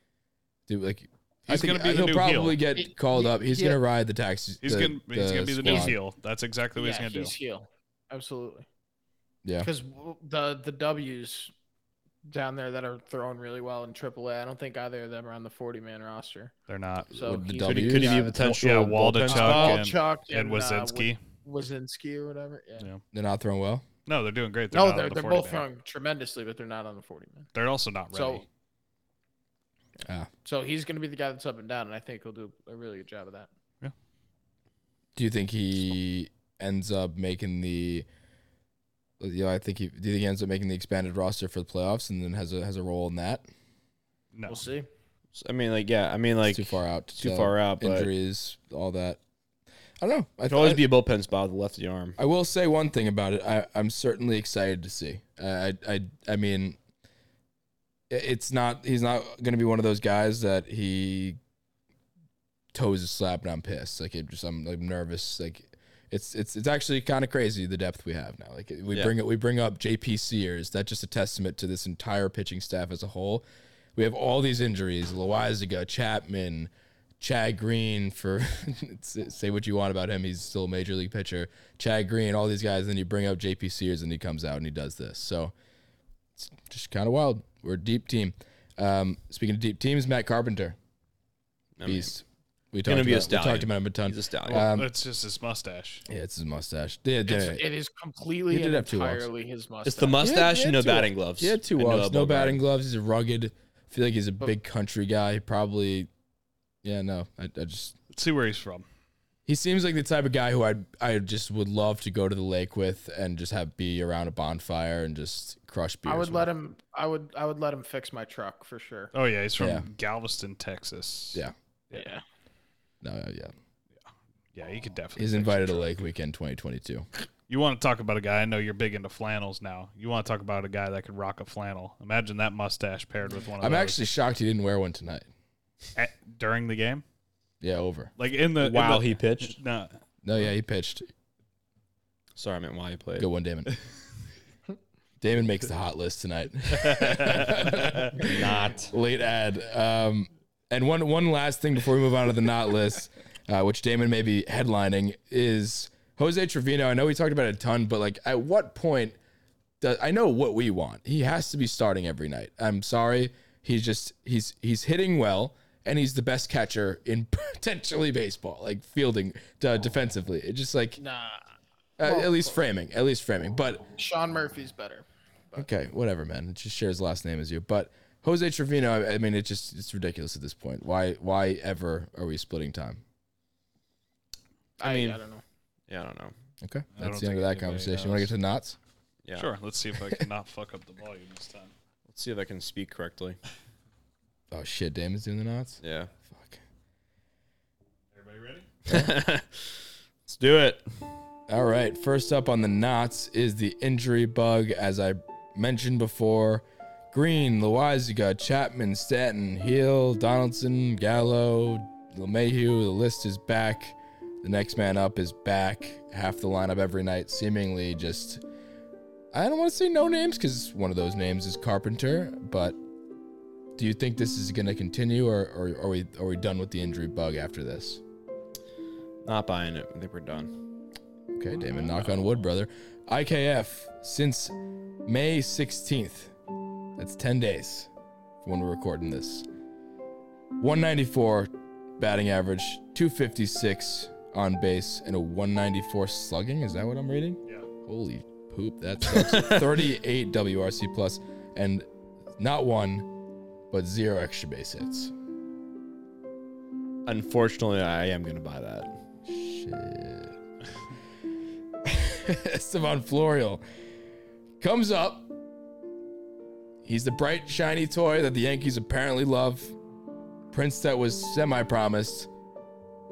D: Do like I
E: He's
D: think
E: gonna be the
D: he'll
E: new heel.
D: probably get
G: He-
D: called
G: he-
D: up. He's
G: yeah.
D: gonna ride the taxi.
E: He's
D: the-
E: gonna he's gonna be the new
D: squad.
E: heel. That's exactly what
G: yeah,
E: he's gonna do.
G: he's heel. Absolutely.
D: Yeah.
G: Because the the W's down there that are throwing really well in AAA, I don't think either of them are on the 40 man roster.
E: They're not.
G: So
D: With the
G: he's-
D: Could he-
F: Could he
D: W's?
F: be
G: Yeah,
F: a potential
E: yeah,
F: bullpen
E: Waldichuk
F: spot?
E: and-
G: Chuck
E: and Wazinski.
G: Uh, Wazinski or whatever. Yeah.
E: Yeah.
D: They're not throwing well.
E: No, they're doing great. They're
G: no,
E: not on
G: they're,
E: the
G: they're
E: 40
G: both
E: man.
G: throwing tremendously, but they're not on the 40 man.
E: They're also not ready.
G: So,
D: Ah.
G: so he's going to be the guy that's up and down, and I think he'll do a really good job of that.
D: Do you think he ends up making the? Yeah, I think he. Do you think he ends up making the expanded roster for the playoffs, and then has a has a role in that?
E: no,
G: We'll see.
F: I mean, like, yeah. I mean, like,
D: it's too far out.
F: too far out, but-
D: Injuries, all that. I don't know. I
F: Could always
D: I-
F: be a bullpen spot with the left of the arm.
D: I will say one thing about it. I, I'm certainly excited to see. I I I, I mean, i- it's not he's not going to be one of those guys that he toes a slap and I'm pissed. Like it just I'm like nervous. Like it's it's it's actually kind of crazy the depth we have now. Like we
F: Yeah.
D: bring it we bring up JP Sears. That's just a testament to this entire pitching staff as a whole. We have all these injuries: Loizaga, Chapman, Chad Green. For say what you want about him, he's still a major league pitcher. Chad Green, all these guys. And then you bring up JP Sears, and he comes out and he does this. So it's just kind of wild. We're a deep team. Um, speaking of deep teams, Matt Carpenter,
F: I mean,
D: beast. we
F: gonna
D: talked
F: be a
D: about we talked
F: stallion.
D: about him a ton.
F: he's a stallion.
D: Um,
E: it's just his mustache.
D: yeah, it's his mustache. Yeah,
G: It's,
D: yeah.
G: it is completely
D: He did
G: and
D: have two walks.
G: entirely his mustache.
F: it's the
D: Yeah,
F: mustache
D: yeah,
F: and no
D: two-
F: batting gloves.
D: He had two
F: And
D: walks, no
F: elbow guard.
D: batting gloves. He's a rugged. I feel like he's a
F: Oh.
D: big country guy. He probably, yeah, no. I, I just
E: Let's see where he's from.
D: he seems like the type of guy who I I just would love to go to the lake with and just have be around a bonfire and just crush beers.
G: I would
D: with.
G: let him. I would. I would let him fix my truck for sure.
E: Oh yeah, he's from
D: Yeah.
E: Galveston, Texas.
D: Yeah.
G: Yeah.
D: No. Yeah.
E: Yeah, he could definitely.
D: He's
E: fix
D: invited
E: it.
D: to Lake Weekend 2022.
E: You want to talk about a guy? I know you're big into flannels now. You want to talk about a guy that could rock a flannel? Imagine that mustache paired with one of
D: I'm
E: those
D: actually shocked he didn't wear one tonight.
E: at- during the game,
D: Yeah, over.
E: like in the in
F: While
E: the-
F: he pitched?
E: No,
D: No, yeah, he pitched.
F: Sorry, I meant why he played.
D: Good one, Damon. Damon makes the hot list tonight.
F: Not.
D: Late ad. Um, and one one last thing before we move on to the not list, uh, which Damon may be headlining, is Jose Trevino. I know we talked about it a ton, but like, at what point? Does, I know what we want. He has to be starting every night. I'm sorry, he's just he's he's hitting well, and he's the best catcher in potentially baseball, like fielding uh, defensively. It just like
G: Nah,
D: uh, at least framing, at least framing, but.
G: Sean Murphy's better.
D: Okay, whatever, man. It just shares the last name as you. But Jose Trevino, I- I mean, it just it's ridiculous at this point. Why why ever are we splitting time?
G: I, mean, I don't know.
F: Yeah, I don't know.
D: Okay,
E: don't
D: that's the end of
E: think
D: that
E: anybody
D: conversation. You want to
E: knows.
D: get to knots?
F: Yeah.
E: sure. Let's see if I can not fuck up the volume this time.
F: Let's see if I can speak correctly.
D: Oh shit, Damon's doing the knots.
F: Yeah.
D: Fuck.
E: Everybody ready?
F: Let's do it.
D: All right. First up on the knots is the injury bug. As I mentioned before, Green, Loizaga, Chapman, Stanton, Heel, Donaldson, Gallo, LeMahieu. The list is back. The next man up is back. Half the lineup every night, seemingly just. I don't want to say no names because one of those names is Carpenter. But do you think this is going to continue, or, or are we are we done with the injury bug after this?
F: Not buying it. I think we're done.
D: Okay, Damon, knock on wood, brother. IKF, since May 16th, that's 10 days from when we're recording this. 194 batting average, 256 on base, and a 194 slugging. Is that what I'm reading? Yeah. Holy poop, that sucks. 38 WRC plus, and not one, but zero extra base hits.
F: Unfortunately, I am gonna buy that.
D: Shit. Esteban Florial comes up. He's the bright, shiny toy that the Yankees apparently love. Prince that was semi promised.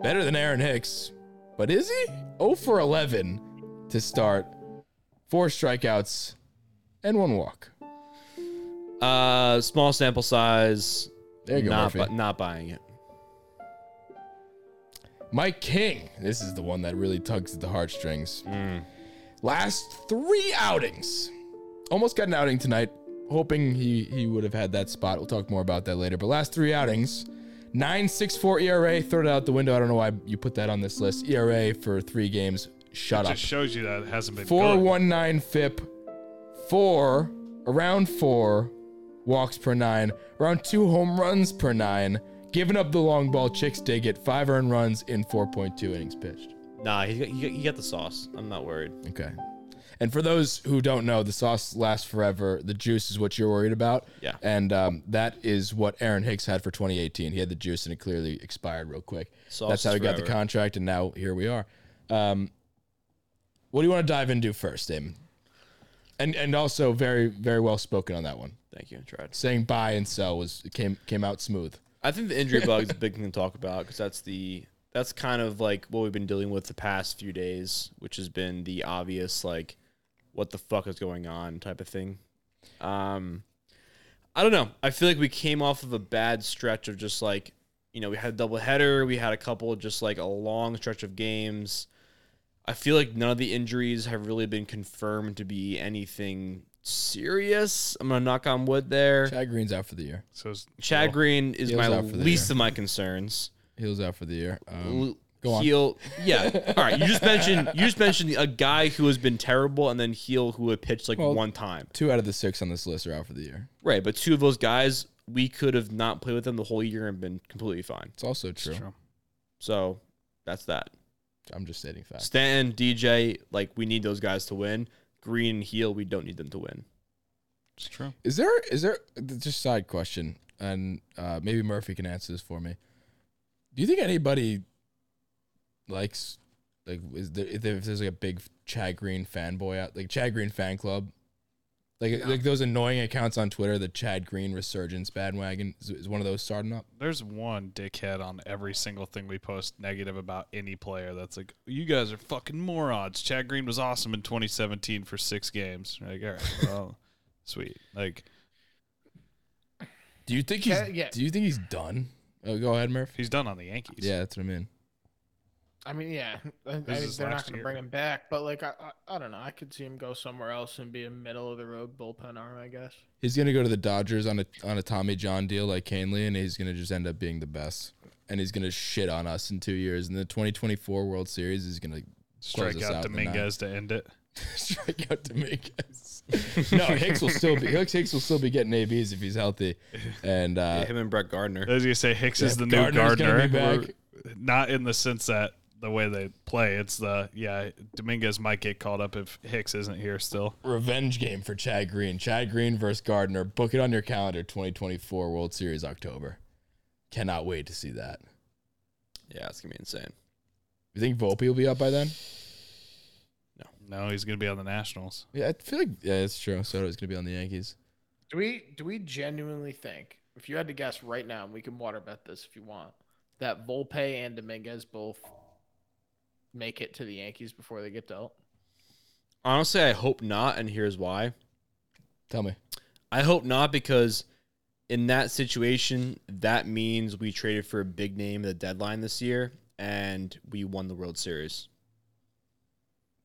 D: Better than Aaron Hicks. But is he? 0 for 11 to start. Four strikeouts and one walk.
F: Uh, small sample size.
D: There you go,
F: Not,
D: Murphy.
F: bu- not buying it.
D: Mike King. This is the one that really tugs at the heartstrings.
E: Mm.
D: Last three outings. Almost got an outing tonight, hoping he, he would have had that spot. We'll talk more about that later. But last three outings, 9.64 ERA, E throw it out the window. I don't know why you put that on this list. ERA for three games, shut up.
E: Just shows you that it hasn't been
D: Four
E: good.
D: one nine FIP, four around four walks per nine, around two home runs per nine. Giving up the long ball, chicks dig it. Five earned runs in four point two innings pitched.
F: Nah, he got, he, got, he got the sauce. I'm not worried.
D: Okay. And for those who don't know, the sauce lasts forever. The juice is what you're worried about.
F: Yeah.
D: And um, that is what Aaron Hicks had for 2018. He had the juice and it clearly expired real quick.
F: Sauce
D: That's how
F: is
D: he got the
F: forever.
D: contract, and now here we are. Um, what do you want to dive into first, Damon? And and also very very well spoken on that one.
F: Thank you. I tried.
D: Saying buy and sell was came came out smooth.
F: I think the injury bug is a big thing to talk about because that's the that's kind of like what we've been dealing with the past few days, which has been the obvious like what the fuck is going on type of thing. Um, I don't know. I feel like we came off of a bad stretch of just like you know we had a double header, we had a couple just like a long stretch of games. I feel like none of the injuries have really been confirmed to be anything serious. I'm gonna knock on wood there.
D: Chad Green's out for the year.
E: So it's-
F: Chad Green is
D: Heels
F: my
D: out for the
F: least
D: year.
F: of my concerns.
D: Heels out for the year. Um,
F: L-
D: go on.
F: Heel, yeah. All right, you just mentioned you just mentioned a guy who has been terrible, and then heel who had pitched like
D: Well-
F: one time.
D: Two out of the six on this list are out for the year.
F: Right, but two of those guys we could have not played with them the whole year and been completely fine.
D: It's also true.
E: true.
F: So that's that.
D: I'm just stating facts.
F: Stanton, DJ, like we need those guys to win. Green and heel, we don't need them to win.
E: It's true.
D: Is there is there just side question, and uh, maybe Murphy can answer this for me. Do you think anybody likes like is there if there- if there's like a big Chad Green fanboy out like Chad Green fan club? Like, like those annoying accounts on Twitter, the Chad Green resurgence bandwagon is, is one of those starting up.
E: There's one dickhead on every single thing we post negative about any player that's like, you guys are fucking morons. Chad Green was awesome in 2017 for six games. You're like, all right, well, sweet. Like,
D: Do you think he's?
G: Yeah, yeah.
D: Do you think he's done? Oh, go ahead, Murph.
E: he's done on the Yankees.
D: Yeah, that's what I mean.
G: I mean, yeah, I, I,
E: is his
G: they're not
E: last
G: going to
E: year.
G: bring him back, but like, I, I, I don't know. I could see him go somewhere else and be a middle of the road bullpen arm, I guess.
D: He's gonna go to the Dodgers on a on a Tommy John deal like Canley, and he's gonna just end up being the best. And he's gonna shit on us in two years. And the 2024 World Series is gonna close
E: Strike
D: us
E: out
D: in the
E: Dominguez to end it.
D: nine. strike out Dominguez. no, Hicks will still be Hicks, Hicks will still be getting ABs if he's healthy. And uh,
F: him and Brett Gardner.
E: I was gonna say Hicks is
D: Yeah,
E: the new
D: Gardner's gonna
E: Gardner.
D: be back.
E: We're- Not in the sense that the way they play. It's the yeah. Dominguez might get called up if Hicks isn't here still.
D: revenge game for Chad Green. Chad Green versus Gardner. Book it on your calendar. 2024 World Series October. Cannot wait to see that.
F: Yeah, it's gonna be insane.
D: You think Volpe will be up by then?
E: No, he's gonna be on the Nationals.
D: Yeah, I feel like yeah, it's true. Soto's gonna be on the Yankees.
G: Do we do we genuinely think if you had to guess right now, and we can water bet this if you want, that Volpe and Dominguez both make it to the Yankees before they get dealt?
F: Honestly, I hope not, and here's why.
D: Tell me.
F: I hope not because in that situation, that means we traded for a big name at the deadline this year, and we won the World Series.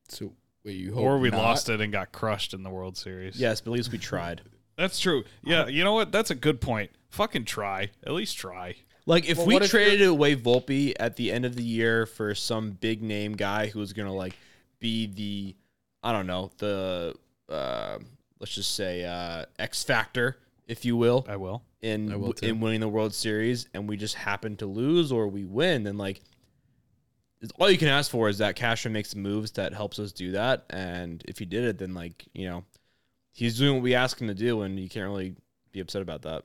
D: So wait, you
E: Or we lost it and got crushed in the World Series.
F: Yes, but at least we tried.
E: that's true. Yeah, you know what? That's a good point. Fucking try. At least try.
F: Like if
G: Well,
F: we
G: what if
F: traded away Volpe at the end of the year for some big name guy who was gonna like be the I don't know the uh, let's just say uh, X factor, if you will,
E: I will.
F: in
D: I will too.
F: in winning the World Series, and we just happen to lose or we win, then like it's- all you can ask for is that Cashman makes moves that helps us do that, and if he did it, then like you know he's doing what we ask him to do, and you can't really be upset about that.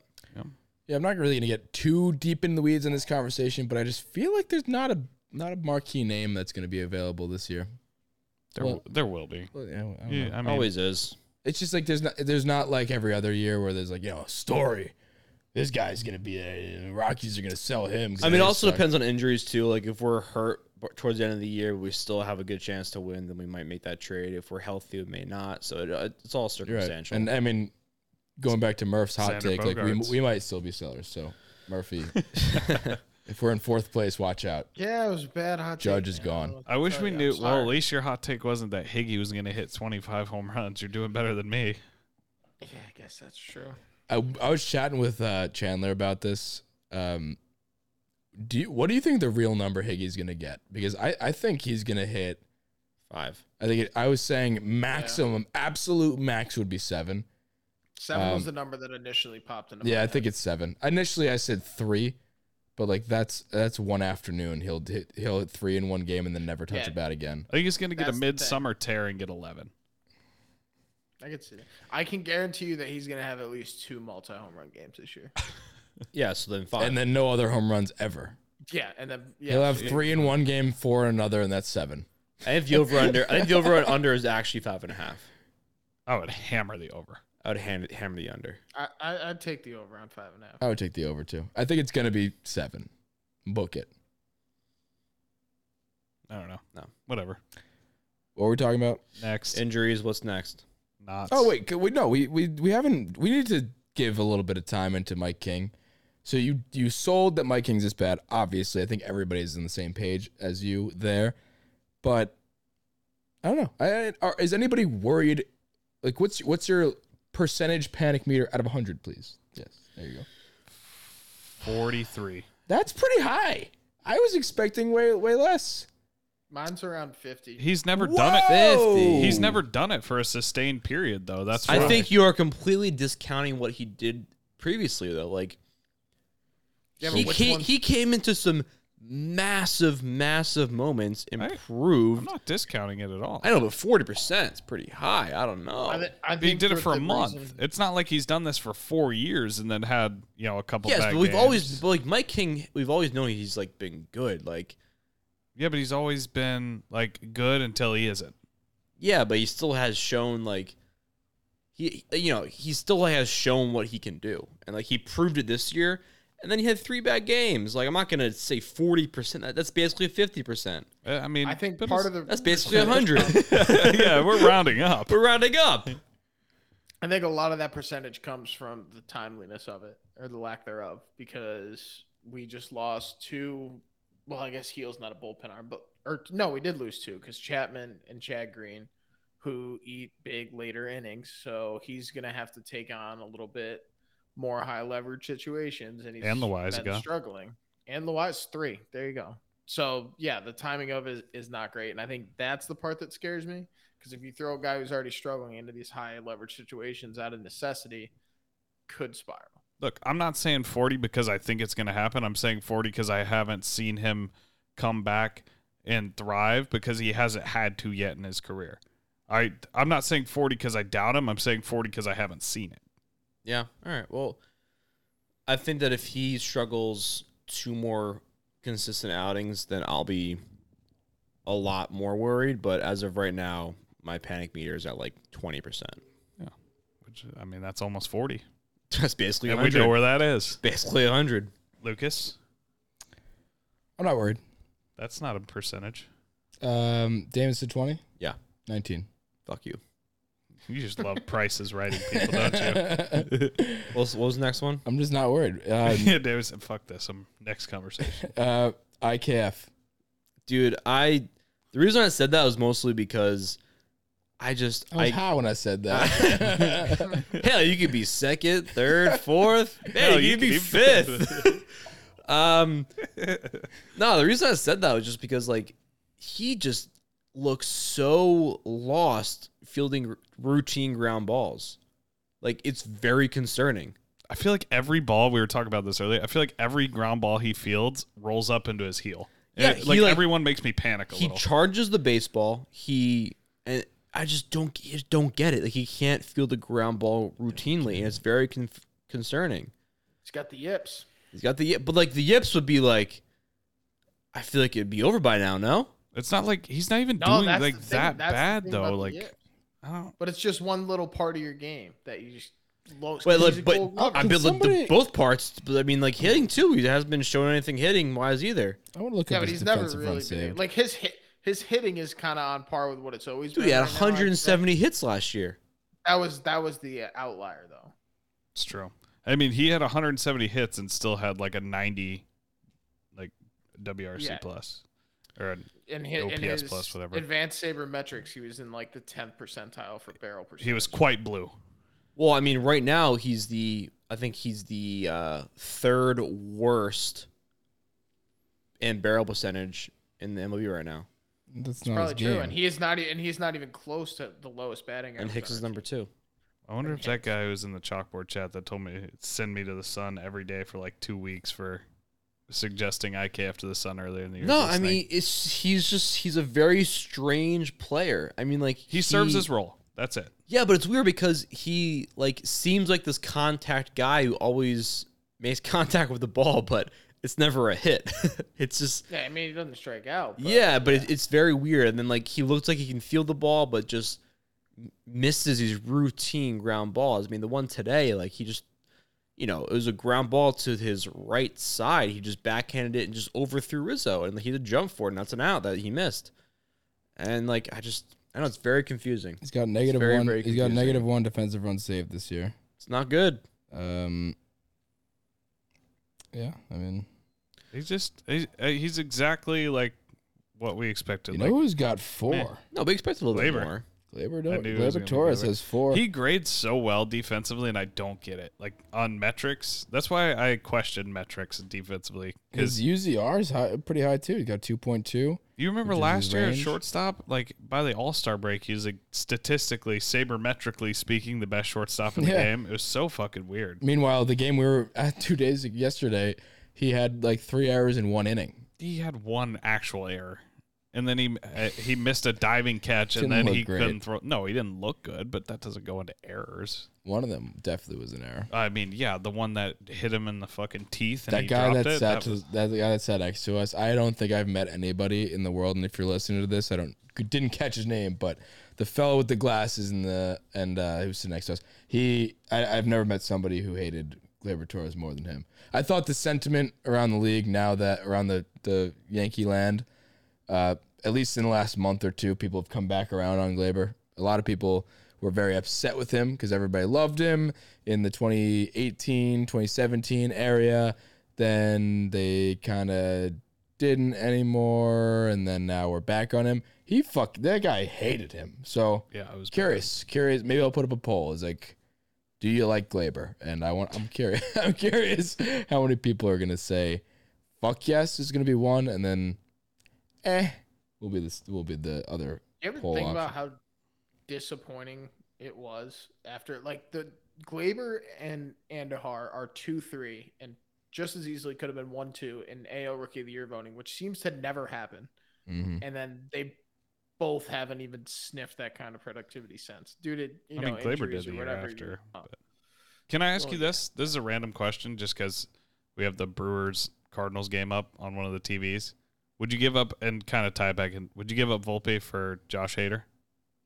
D: Yeah, I'm not really gonna get too deep in the weeds in this conversation, but I just feel like there's not a not a marquee name that's gonna be available this year.
E: There,
D: Well-
E: there will be.
D: Well, yeah, I don't know.
E: Yeah, I mean,
F: Always is.
D: It's just like there's not there's not like every other year where there's like you know a story. This guy's gonna be a the Rockies are gonna sell him. 'cause
F: I
D: they
F: mean, it also
D: suck.
F: depends on injuries too. Like if we're hurt b- towards the end of the year, we still have a good chance to win. Then we might make that trade. If we're healthy, we may not. So it, uh, it's all
D: You're right.
F: circumstantial.
D: And I mean, going back to Murph's hot
E: Xander
D: take, like we,
E: Bogaerts.
D: we might still be sellers. So Murphy, if we're in fourth place, watch out.
G: Yeah, it was a bad hot.
D: Judge is gone.
E: I wish we knew. Well, at
G: Well,
E: least your hot take wasn't that Higgy was going to hit 25 home runs. You're doing better than me.
G: yeah, I guess that's true.
D: I, I was chatting with uh, Chandler about this. Um, do you, what do you think the real number Higgy's gonna get? Because I, I think he's gonna hit.
F: Five.
D: I think it, I was saying maximum, absolute max would be seven.
G: Seven
D: Um,
G: was the number that initially popped in.
D: Yeah, I think it's seven. Initially, I said three, but like that's that's one afternoon. He'll hit he'll hit three in one game and then never touch
G: Yeah.
D: a bat again.
E: I think he's going to get
G: That's
E: a
G: the thing.
E: midsummer tear and get 11.
G: I can see that. I can guarantee you that he's gonna have at least two multi home run games this year.
F: Yeah. So then five.
D: And then no other home runs ever.
G: Yeah, and then yeah,
D: He'll have three in one game, four in another, and that's seven.
F: I think the over under. I think the over and under is actually five and a half.
E: I would hammer the over.
F: I would hand, hammer the under.
G: I, I I'd take the over on five and a half.
D: I would take the over too. I think it's gonna be seven. Book it.
E: I don't know.
F: No.
E: Whatever.
D: What were we talking about?
E: Next.
F: Injuries. What's next?
E: Not.
D: Oh wait, c- we no, we, we we haven't. We need to give a little bit of time into Mike King. So you you sold that Mike King's is bad. Obviously, I think everybody's on the same page as you there. But I don't know. I, I- are, is anybody worried? Like, what's what's your percentage panic meter out of hundred, please? Yes, there you go.
E: 43.
D: That's pretty high. I was expecting way way less.
G: Mine's around fifty.
E: He's never done it.
D: Whoa!
E: He's never done it for a sustained period, though. That's
F: I
E: why.
F: think you are completely discounting what he did previously, though. Like
G: Yeah, but
F: he
G: which
F: came,
G: one-
F: he came into some massive, massive moments,
E: I'm
F: improved.
E: I'm not discounting it at all.
F: I know, but forty percent is pretty high. I don't know.
G: I thi- I
E: He
G: think
E: did it for a
G: the
E: month.
G: reason-
E: It's not like he's done this for four years and then had you know a couple.
F: yes,
E: bad
F: but we've
E: games.
F: always but, like Mike King. We've always known he's like been good. Like
E: yeah, but he's always been like good until he isn't.
F: yeah, but he still has shown like he you know he still has shown what he can do, and like he proved it this year. And then he had three bad games. Like I'm not gonna say forty percent. That's basically fifty percent.
E: Uh, I mean,
G: I think
E: but
G: part of
E: it's-
G: the
F: That's basically hundred.
E: yeah, we're rounding up.
F: We're rounding up.
G: I think a lot of that percentage comes from the timeliness of it or the lack thereof because we just lost two. Well, I guess Heel's not a bullpen arm, but or no, we did lose two because Chapman and Chad Green, who eat big later innings, so he's gonna have to take on a little bit more high leverage situations, and he's
E: And Loaiza
G: been
E: got-
G: struggling. And the wise three, there you go. So yeah, the timing of it is not great, and I think that's the part that scares me. Because if you throw a guy who's already struggling into these high leverage situations out of necessity, could spiral.
E: Look, I'm not saying 40 because I think it's going to happen. I'm saying 40 because I haven't seen him come back and thrive because he hasn't had to yet in his career. I I'm not saying 40 because I doubt him. I'm saying 40 because I haven't seen it.
F: Yeah. All right. Well, I think that if he struggles two more consistent outings, then I'll be a lot more worried. But as of right now, my panic meter is at like twenty percent.
E: Which I mean, that's almost 40.
F: That's basically
E: And we
F: 100.
E: know where that is.
F: basically hundred.
E: Lucas,
D: I'm not worried.
E: that's not a percentage.
D: Um, Damon said 20,
F: Yeah.
D: 19.
F: Fuck you.
E: You just love prices writing people, don't you?
F: What's, what was the next one?
D: I'm just not worried. Um,
E: yeah, David said, fuck this. I'm next conversation.
D: uh, IKF.
F: Dude, I. The reason I said that was mostly because I just
E: Oh,
D: I was
F: I
D: high when I said that.
F: Hell, you could be second, third, fourth. Hell,
E: you
F: you
E: could
F: could be
E: be
F: fifth. um, no, the reason I said that was just because like he just looks so lost fielding r- routine ground balls. Like it's very concerning.
E: I feel like every ball we were talking about this earlier. I feel like every ground ball he fields rolls up into his heel.
F: Yeah,
E: Yeah,
F: he,
E: like,
F: like-
E: everyone makes me panic a
F: He
E: little.
F: charges the baseball. He and I just don't I just don't get it. Like he can't field the ground ball routinely, and it's very con- concerning.
G: He's got the yips.
F: He's got the yip, but like the yips would be like, I feel like it'd be over by now. No,
E: it's not like he's not even
G: No,
E: doing
G: that's
E: like
G: the thing-
E: that
G: that's the
E: bad
G: thing about
E: though.
G: the
E: Like
G: yips.
E: I don't.
G: but it's just one little part of your game that you just lost.
F: well, like, but I
D: Can
F: mean, like, the,
D: somebody-
F: both parts. But I mean, like hitting too. He hasn't been showing anything hitting wise either.
D: I want to look
G: yeah,
D: up
G: but
D: his
G: he's never
D: defensive
G: really
D: run
G: been,
D: saved.
G: like his hit. His hitting is kind of on par with what it's always
F: Dude,
G: been.
F: he had
G: right now, I'd say.
F: 170 hits last year.
G: That was that was the outlier though.
E: It's true. I mean, he had 170 hits and still had like a 90, like WRC
G: Yeah.
E: plus, or
G: And his, and
E: OPS
G: his
E: plus, whatever.
G: advanced sabermetrics, he was in like the 10th percentile for barrel percentage.
E: he was quite blue.
F: Well, I mean, right now he's the. I think he's the uh, third worst in barrel percentage in the MLB right now,
D: That's
G: It's
D: not his
G: probably true,
D: game.
G: and he is not e- and he's not even close to the lowest batting.
F: and Hicks is
G: average.
F: number two.
E: I wonder if that guy who was in the chalkboard chat that told me to send me to the sun every day for like two weeks for suggesting IKF to the sun earlier in the year.
F: No,
E: is
F: I
E: listening.
F: mean, it's he's just he's a very strange player. I mean, like
E: he serves his role. That's it.
F: Yeah, but it's weird because he like seems like this contact guy who always makes contact with the ball, but it's never a hit. it's just
G: Yeah, I mean he doesn't strike out. But
F: yeah, but it, it's very weird. And then like he looks like he can feel the ball, but just m- misses these routine ground balls. I mean, the one today, like he just you know it was a ground ball to his right side. He just backhanded it and just overthrew Rizzo, and he did jump for it, and that's an out that he missed. And like I just I know it's very confusing.
D: he's got negative
F: very,
D: one.
F: very
D: he's got
F: confusing.
D: negative one defensive run saved this year.
F: It's not good.
D: Um, yeah, I mean,
E: He's just he's, uh, he's exactly like what we expected.
D: you
E: Like,
D: know who's got four?
E: man.
F: No, we expect a little
E: Glaber.
F: bit more.
D: Glaber,
E: I
D: don't-
E: knew it was
D: Glaber
E: gonna be
D: Torres
E: Glaber.
D: has four.
E: he grades so well defensively, and I don't get it. Like on metrics, that's why I question metrics defensively.
D: his
E: Because
D: UZR is high, pretty high too. He got two point two.
E: you remember
D: which is
E: last
D: his
E: year at
D: range.
E: shortstop, like by the All Star break, he was like statistically, sabermetrically speaking, the best shortstop in the
D: Yeah.
E: game. It was so fucking weird.
D: Meanwhile, the game we were at two days ago- yesterday, he had like three errors in one inning.
E: He had one actual error, and and then he uh, he missed a diving catch, and
D: Didn't
E: then
D: look
E: he
D: great.
E: couldn't throw. No, he didn't look good, but that doesn't go into errors.
D: One of them definitely was an error.
E: I mean, yeah, the one that hit him in the fucking teeth. And
D: that
E: he
D: guy
E: dropped
D: that
E: it,
D: sat
E: that
D: to
E: was-
D: that guy that sat next to us. I don't think I've met anybody in the world. And if you're listening to this, I don't didn't catch his name, but the fellow with the glasses and the and uh, who was sitting next to us, he I, I've never met somebody who hated Gleyber Torres more than him. I thought the sentiment around the league now that around the the Yankee land, uh, at least in the last month or two, people have come back around on Glaber. A lot of people were very upset with him because everybody loved him in the 2018, 2017 area. Then they kind of didn't anymore, and then now we're back on him. He fuck that guy hated him. So
E: yeah, I was
D: curious, curious. Maybe I'll put up a poll. It's like, do you like Glaber? And I want. I'm curious. I'm curious how many people are gonna say, "Fuck yes" is gonna be one, and then, eh, will be this. Will be the other.
G: You ever
D: poll
G: think about
D: option.
G: how disappointing it was after like the Glaber and Andahar are two three and just as easily could have been one two in AO Rookie of the Year voting, which seems to never happen.
D: Mhm.
G: And then they both haven't even sniffed that kind of productivity since due to you
E: I mean,
G: know
E: Glaber
G: injuries
E: did the
G: or
E: year
G: whatever.
E: after.
G: Uh,
E: but- Can I ask
G: Well,
E: you this? This is a random question, just because we have the Brewers Cardinals game up on one of the TVs. Would you give up and kind of tie it back? And would you give up Volpe for Josh Hader?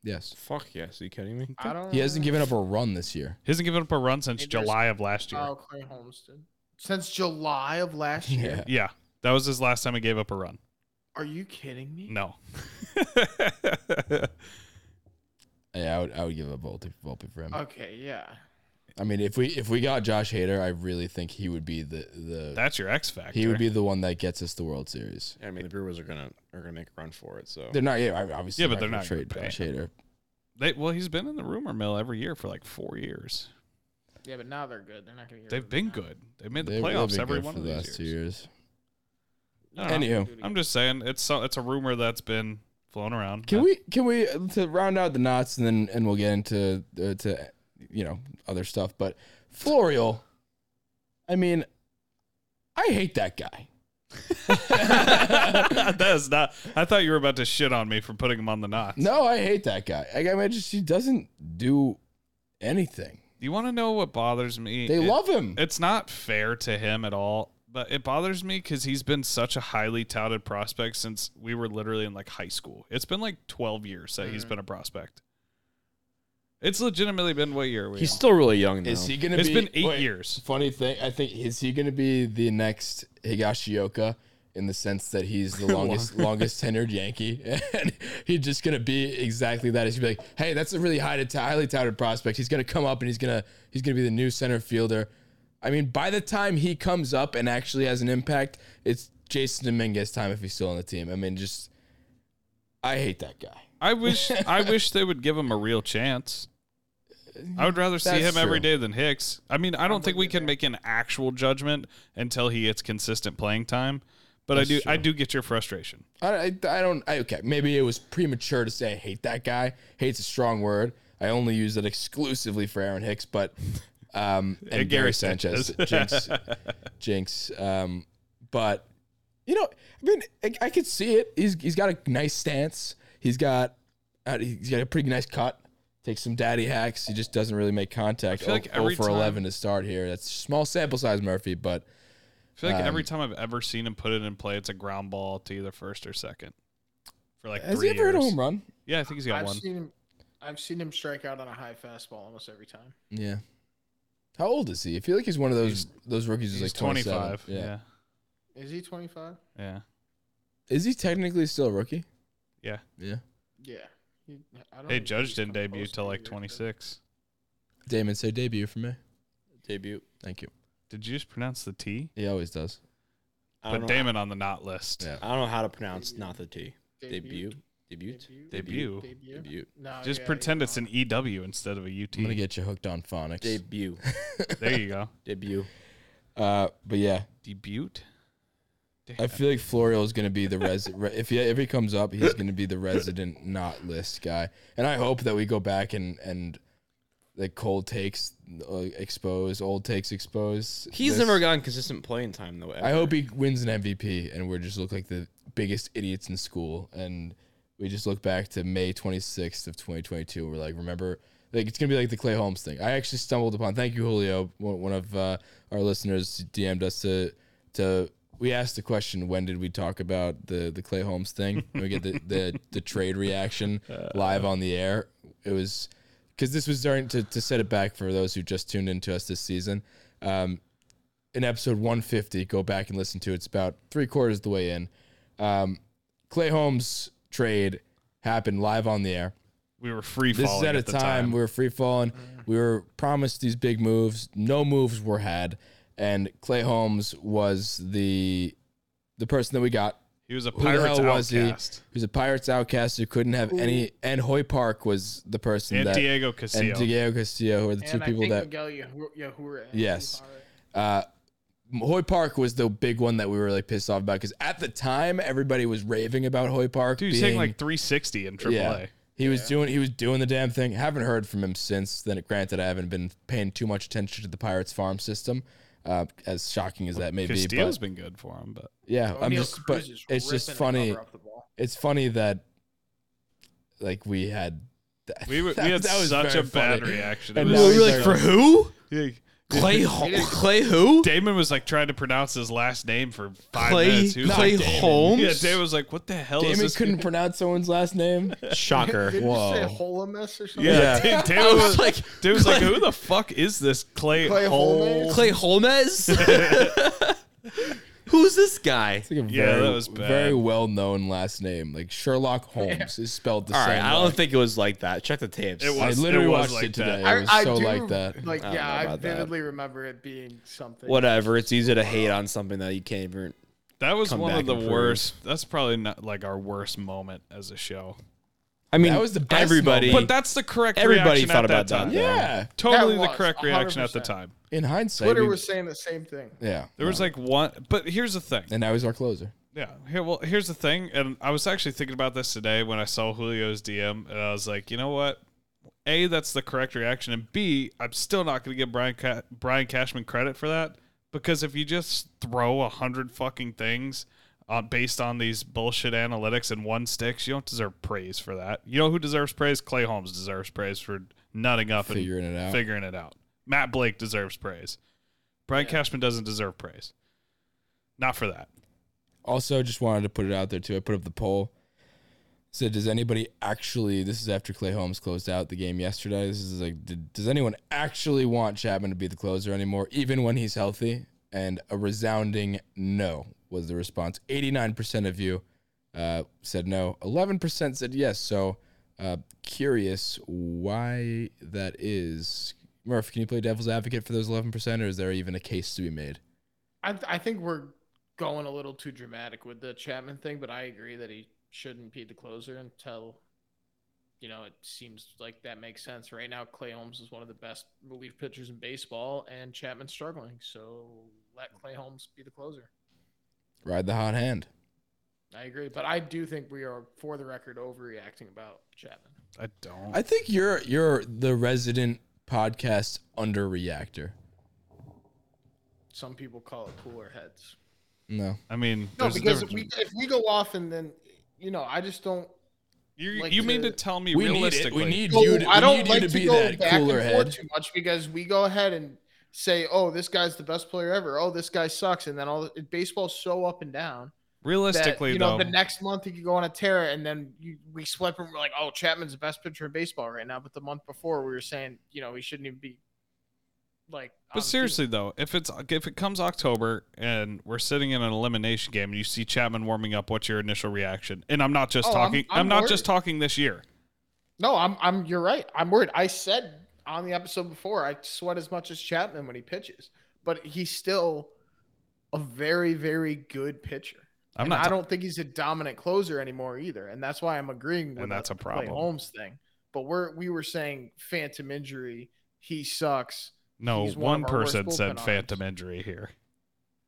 D: Yes,
F: Fuck yes. Are you kidding me?
G: I don't.
D: he hasn't given up a run this year.
E: He hasn't given up a run since
G: Hey, there's-
E: July of last year.
G: Oh, Clay Holmes did. Since July of last year.
D: Yeah,
E: Yeah, that was his last time he gave up a run.
G: Are you kidding me?
E: No.
D: yeah. I would. I would give up Volpe, Volpe for him.
G: Okay, yeah.
D: I mean, if we if we got Josh Hader, I really think he would be the the
E: That's your X factor.
D: he would be the one that gets us the World Series.
F: I mean, the Brewers are gonna are gonna make a run for it. So
D: They're not. Yeah, I- obviously.
E: Yeah, but
D: not
E: they're
D: gonna
E: not gonna
D: trade
E: pay
D: Josh Hader.
E: They, well, he's been in the rumor mill every year for like four years.
G: Yeah, but now they're good. They're not going to get rid
E: They've
G: of
E: been
G: him now.
E: good. They've made the
D: They- they'll
E: playoffs
D: be
E: every
D: good
E: one
D: for
E: of
D: the
E: these
D: last two
E: years.
D: years.
E: I don't know.
D: Anywho,
E: I'm just saying it's so, it's a rumor that's been flown around.
D: Can
E: Uh,
D: we can we to round out the knots and then and we'll get into uh, to you know other stuff. But Florial, I mean, I hate that guy.
E: that is not. I thought you were about to shit on me for putting him on the knots.
D: No, I hate that guy. Like, I mean, just he doesn't do anything.
E: You want to know what bothers me?
D: They
E: It-
D: love him.
E: It's not fair to him at all, but it bothers me because he's been such a highly touted prospect since we were literally in like high school. It's been like 12 years that he's been a prospect. It's legitimately been what year? Are we
F: he's
E: in?
F: still really young. Though.
D: Is he gonna?
E: It's
D: be,
E: been eight years.
D: Funny thing, I think is he gonna be the next Higashioka in the sense that he's the longest longest tenured Yankee, and he's just gonna be exactly that. He's gonna be like, hey, that's a really high, highly touted prospect. He's gonna come up and he's gonna he's gonna be the new center fielder. I mean, by the time he comes up and actually has an impact, it's Jason Dominguez time if he's still on the team. I mean, just I hate that guy.
E: I wish I wish they would give him a real chance. I would rather see
D: That's
E: him every
D: true.
E: day than Hicks. I mean, I don't think we can make an actual judgment until he gets consistent playing time, but I do I do get your frustration.
D: I, I, I don't. I, okay, maybe it was premature to say I hate that guy. Hate's a strong word. I only use it exclusively for Aaron Hicks, but um, and,
E: And Gary
D: Gary Sanchez, Jinx, Jinx. Um, but you know, I mean, I, I could see it. He's he's got a nice stance. He's got uh, he's got a pretty nice cut. Takes some daddy hacks. He just doesn't really make contact.
E: I feel like
D: oh,
E: every
D: for
E: time-
D: eleven to start here. That's small sample size, Murphy, but
E: I feel like
D: Um,
E: every time I've ever seen him put it in play, it's a ground ball to either first or second. For like
D: has
E: three
D: he ever hit a
E: years.
D: home run?
E: Yeah, I think he's got
G: I've
E: one.
G: seen him. I've seen him strike out on a high fastball almost every time.
D: Yeah. How old is he? I feel like he's one of those
E: He's-
D: those rookies
E: He's
D: who's like 27.
E: 25.
D: Yeah.
E: Yeah.
G: Is he 25?
E: yeah,
D: Is he technically still a rookie?
E: yeah,
D: Yeah.
G: Yeah. He, I don't
E: Hey,
G: even think
E: Judge
G: he's
E: didn't
G: come
E: debut
G: close to
E: till
G: a
E: like
G: year, but-
E: 26.
D: Damon, say debut for me.
F: debut?
D: Thank you.
E: Did you just pronounce the T?
D: He always does.
F: I
E: Put
F: don't know-
E: Damon on the not list.
D: Yeah.
F: I don't know how to pronounce not the T. Debut. Debut.
G: Debut. Debut?
E: Debut.
G: Debut.
F: Debut.
G: No,
E: Just
G: Oh, yeah,
E: pretend
G: yeah.
E: it's an EW instead of a UT.
D: I'm going to get you hooked on phonics.
F: Debut.
E: there you go.
F: Debut.
D: uh, but yeah,
E: Debut.
D: I feel like Florio is going to be the res. re- if he if he comes up, he's going to be the resident not list guy. And I hope that we go back and and like cold takes uh, expose, old takes expose.
F: He's
D: this.
F: never gotten consistent playing time though.
D: I hope he wins an MVP and we're just look like the biggest idiots in school, and we just look back to May 26th of 2022. We're like, remember, like it's gonna be like the Clay Holmes thing. I actually stumbled upon. Thank you, Julio, one, one of uh, our listeners DM'd us to to. We asked the question, when did we talk about the the Clay Holmes thing? And we get the the, the trade reaction live on the air. It was because this was during to, to set it back for those who just tuned into us this season. Um, in episode 150, go back and listen to it. It's about three quarters of the way in. Um, Clay Holmes trade happened live on the air.
E: We were free falling
D: This is at, a
E: the
D: time, we were free falling. We were promised these big moves. No moves were had, and Clay Holmes was the the person that we got.
E: he was a
D: Who the
E: Pirates
D: hell was
E: outcast.
D: he? He was a Pirates outcast who couldn't have any. And Hoy Park was the person
E: And
D: that
E: Diego Castillo.
D: and Diego Castillo, who are the
G: And
D: two
G: I
D: people
G: think
D: that
G: Miguel Yahu- Yahura.
D: Yes. uh, Hoy Park was the big one that we were really pissed off about because at the time everybody was raving about Hoy Park.
E: Dude, he's
D: being,
E: hitting like 360 in AAA.
D: yeah, he was doing he was doing the damn thing. Haven't heard from him since. Then, granted, I haven't been paying too much attention to the Pirates farm system, uh, as shocking as that may be.
E: Castillo's
D: but-
E: been good for him, but
D: yeah, I'm just but it's just funny. It's funny that like we had. That,
E: we, were, we had such a bad reaction.
D: And
E: It
D: now
E: was-
D: he's
F: We're like, for who?
E: Yeah.
F: Clay, Clay who?
E: Damon was like trying to pronounce his last name for five
F: Clay-
E: minutes. He was
F: Clay
E: like, Damon.
F: Holmes?
E: Yeah, Damon was like, "What the hell is
D: Damon
E: this?"
D: couldn't pronounce someone's last name.
F: Shocker.
H: Did you say
D: Whoa.
H: Holomus or something?
E: yeah, Da- Damon
F: I
E: was,
F: was like,
E: Damon was like, "Who the fuck is this Clay,
H: Clay Holmes?
E: Holmes?"
F: Clay Holmes? Who's this guy?
D: It's like a
E: Yeah,
D: very,
E: that was bad.
D: very well known last name. Like Sherlock Holmes is spelled the
F: All
D: same.
F: right, I
D: way.
F: don't think it was like that. Check the tapes.
E: It
D: I
E: was-
D: literally
E: it was
D: watched
E: like
D: it today.
G: I,
D: It was
G: I
D: so
G: do,
D: like that.
G: Like,
F: I don't
G: yeah,
F: know
G: I
F: about that.
G: vividly remember it being something.
F: Whatever. It's easy to hate on something that you can't even.
E: That was
F: Come
E: one
F: back
E: of the
F: and prove.
E: worst. That's probably not like our worst moment as a show.
F: I mean,
D: That was the best
F: everybody.
D: moment.
E: But that's the correct.
F: everybody
E: reaction
F: thought
E: at
F: about
E: that.
F: that.
E: Time.
F: though.
D: yeah,
E: totally
G: That
E: the
G: was
E: correct reaction at the
G: 100%.
E: time.
D: in hindsight,
H: Twitter
D: we-
H: was saying the same thing.
D: yeah,
E: There was like one, but here's the thing.
D: and now he's our closer.
E: Yeah. Here, well, here's the thing, and I was actually thinking about this today when I saw Julio's DM, and I was like, you know what? A, that's the correct reaction, and B, I'm still not going to give Brian Ca- Brian Cashman credit for that because if you just throw a hundred fucking things uh, based on these bullshit analytics and one sticks, you don't deserve praise for that. You know who deserves praise? Clay Holmes deserves praise for nutting up
D: Figuring
E: and
D: it out.
E: figuring it out. Matt Blake deserves praise. Brian Cashman doesn't deserve praise. Not for that.
D: Also, just wanted to put it out there too. I put up the poll. Said, does anybody actually? This is after Clay Holmes closed out the game yesterday. This is like, did, does anyone actually want Chapman to be the closer anymore, even when he's healthy? And a resounding no was the response. Eighty-nine percent of you uh, said no. Eleven percent said yes. So, uh, curious why that is. Murph, can you play devil's advocate for those eleven percent, or is there even a case to be made?
G: I, th- I think we're going a little too dramatic with the Chapman thing, but I agree that he shouldn't be the closer until, you know, it seems like that makes sense. Right now, Clay Holmes is one of the best relief pitchers in baseball, and Chapman's struggling. So let Clay Holmes be the closer.
D: Ride the hot hand.
G: I agree, but I do think we are, for the record, overreacting about Chapman.
E: I don't.
D: I think you're you're the resident podcast underreactor.
G: Some people call it cooler heads.
D: No,
E: I mean,
H: No,
E: there's a
H: because if
E: difference.
H: we, if we go off and then, you know, I just don't.
E: you
H: like
E: you mean to
H: to-
E: tell me
D: we need it.
E: realistically?
D: We need
H: No,
D: you. To,
H: I
D: we
H: don't
D: need
H: like
D: you
H: to,
D: to, be
H: go
D: that
H: back
D: cooler
H: and forth
D: head.
H: too much because we go ahead and say, "Oh, this guy's the best player ever." Oh, this guy sucks, and then all baseball's so up and down. that,
E: realistically
H: you know,
E: though.
H: the next month he could go on a tear, and then you, we swept him. We're like, "Oh, Chapman's the best pitcher in baseball right now." But the month before, we were saying, you know, he shouldn't even be like. on the
E: but
H: field.
E: seriously though, if it's if it comes October and we're sitting in an elimination game and you see Chapman warming up, what's your initial reaction? And I'm not just
H: Oh, I'm-
E: talking. I'm,
H: I'm
E: not
H: worried.
E: just talking this year.
H: no, I'm, I'm. You're right. I'm worried. I said on the episode before, I sweat as much as Chapman when he pitches, but he's still a very, very good pitcher.
E: I'm
H: And
E: not.
H: I don't think he's a dominant closer anymore either, and that's why I'm agreeing with
E: that's
H: the
E: a problem.
H: Clay Holmes thing. But we're we were saying phantom injury. He sucks.
E: no,
H: he's one
E: one
H: of our worst
E: person said
H: bullpen arms.
E: phantom injury here.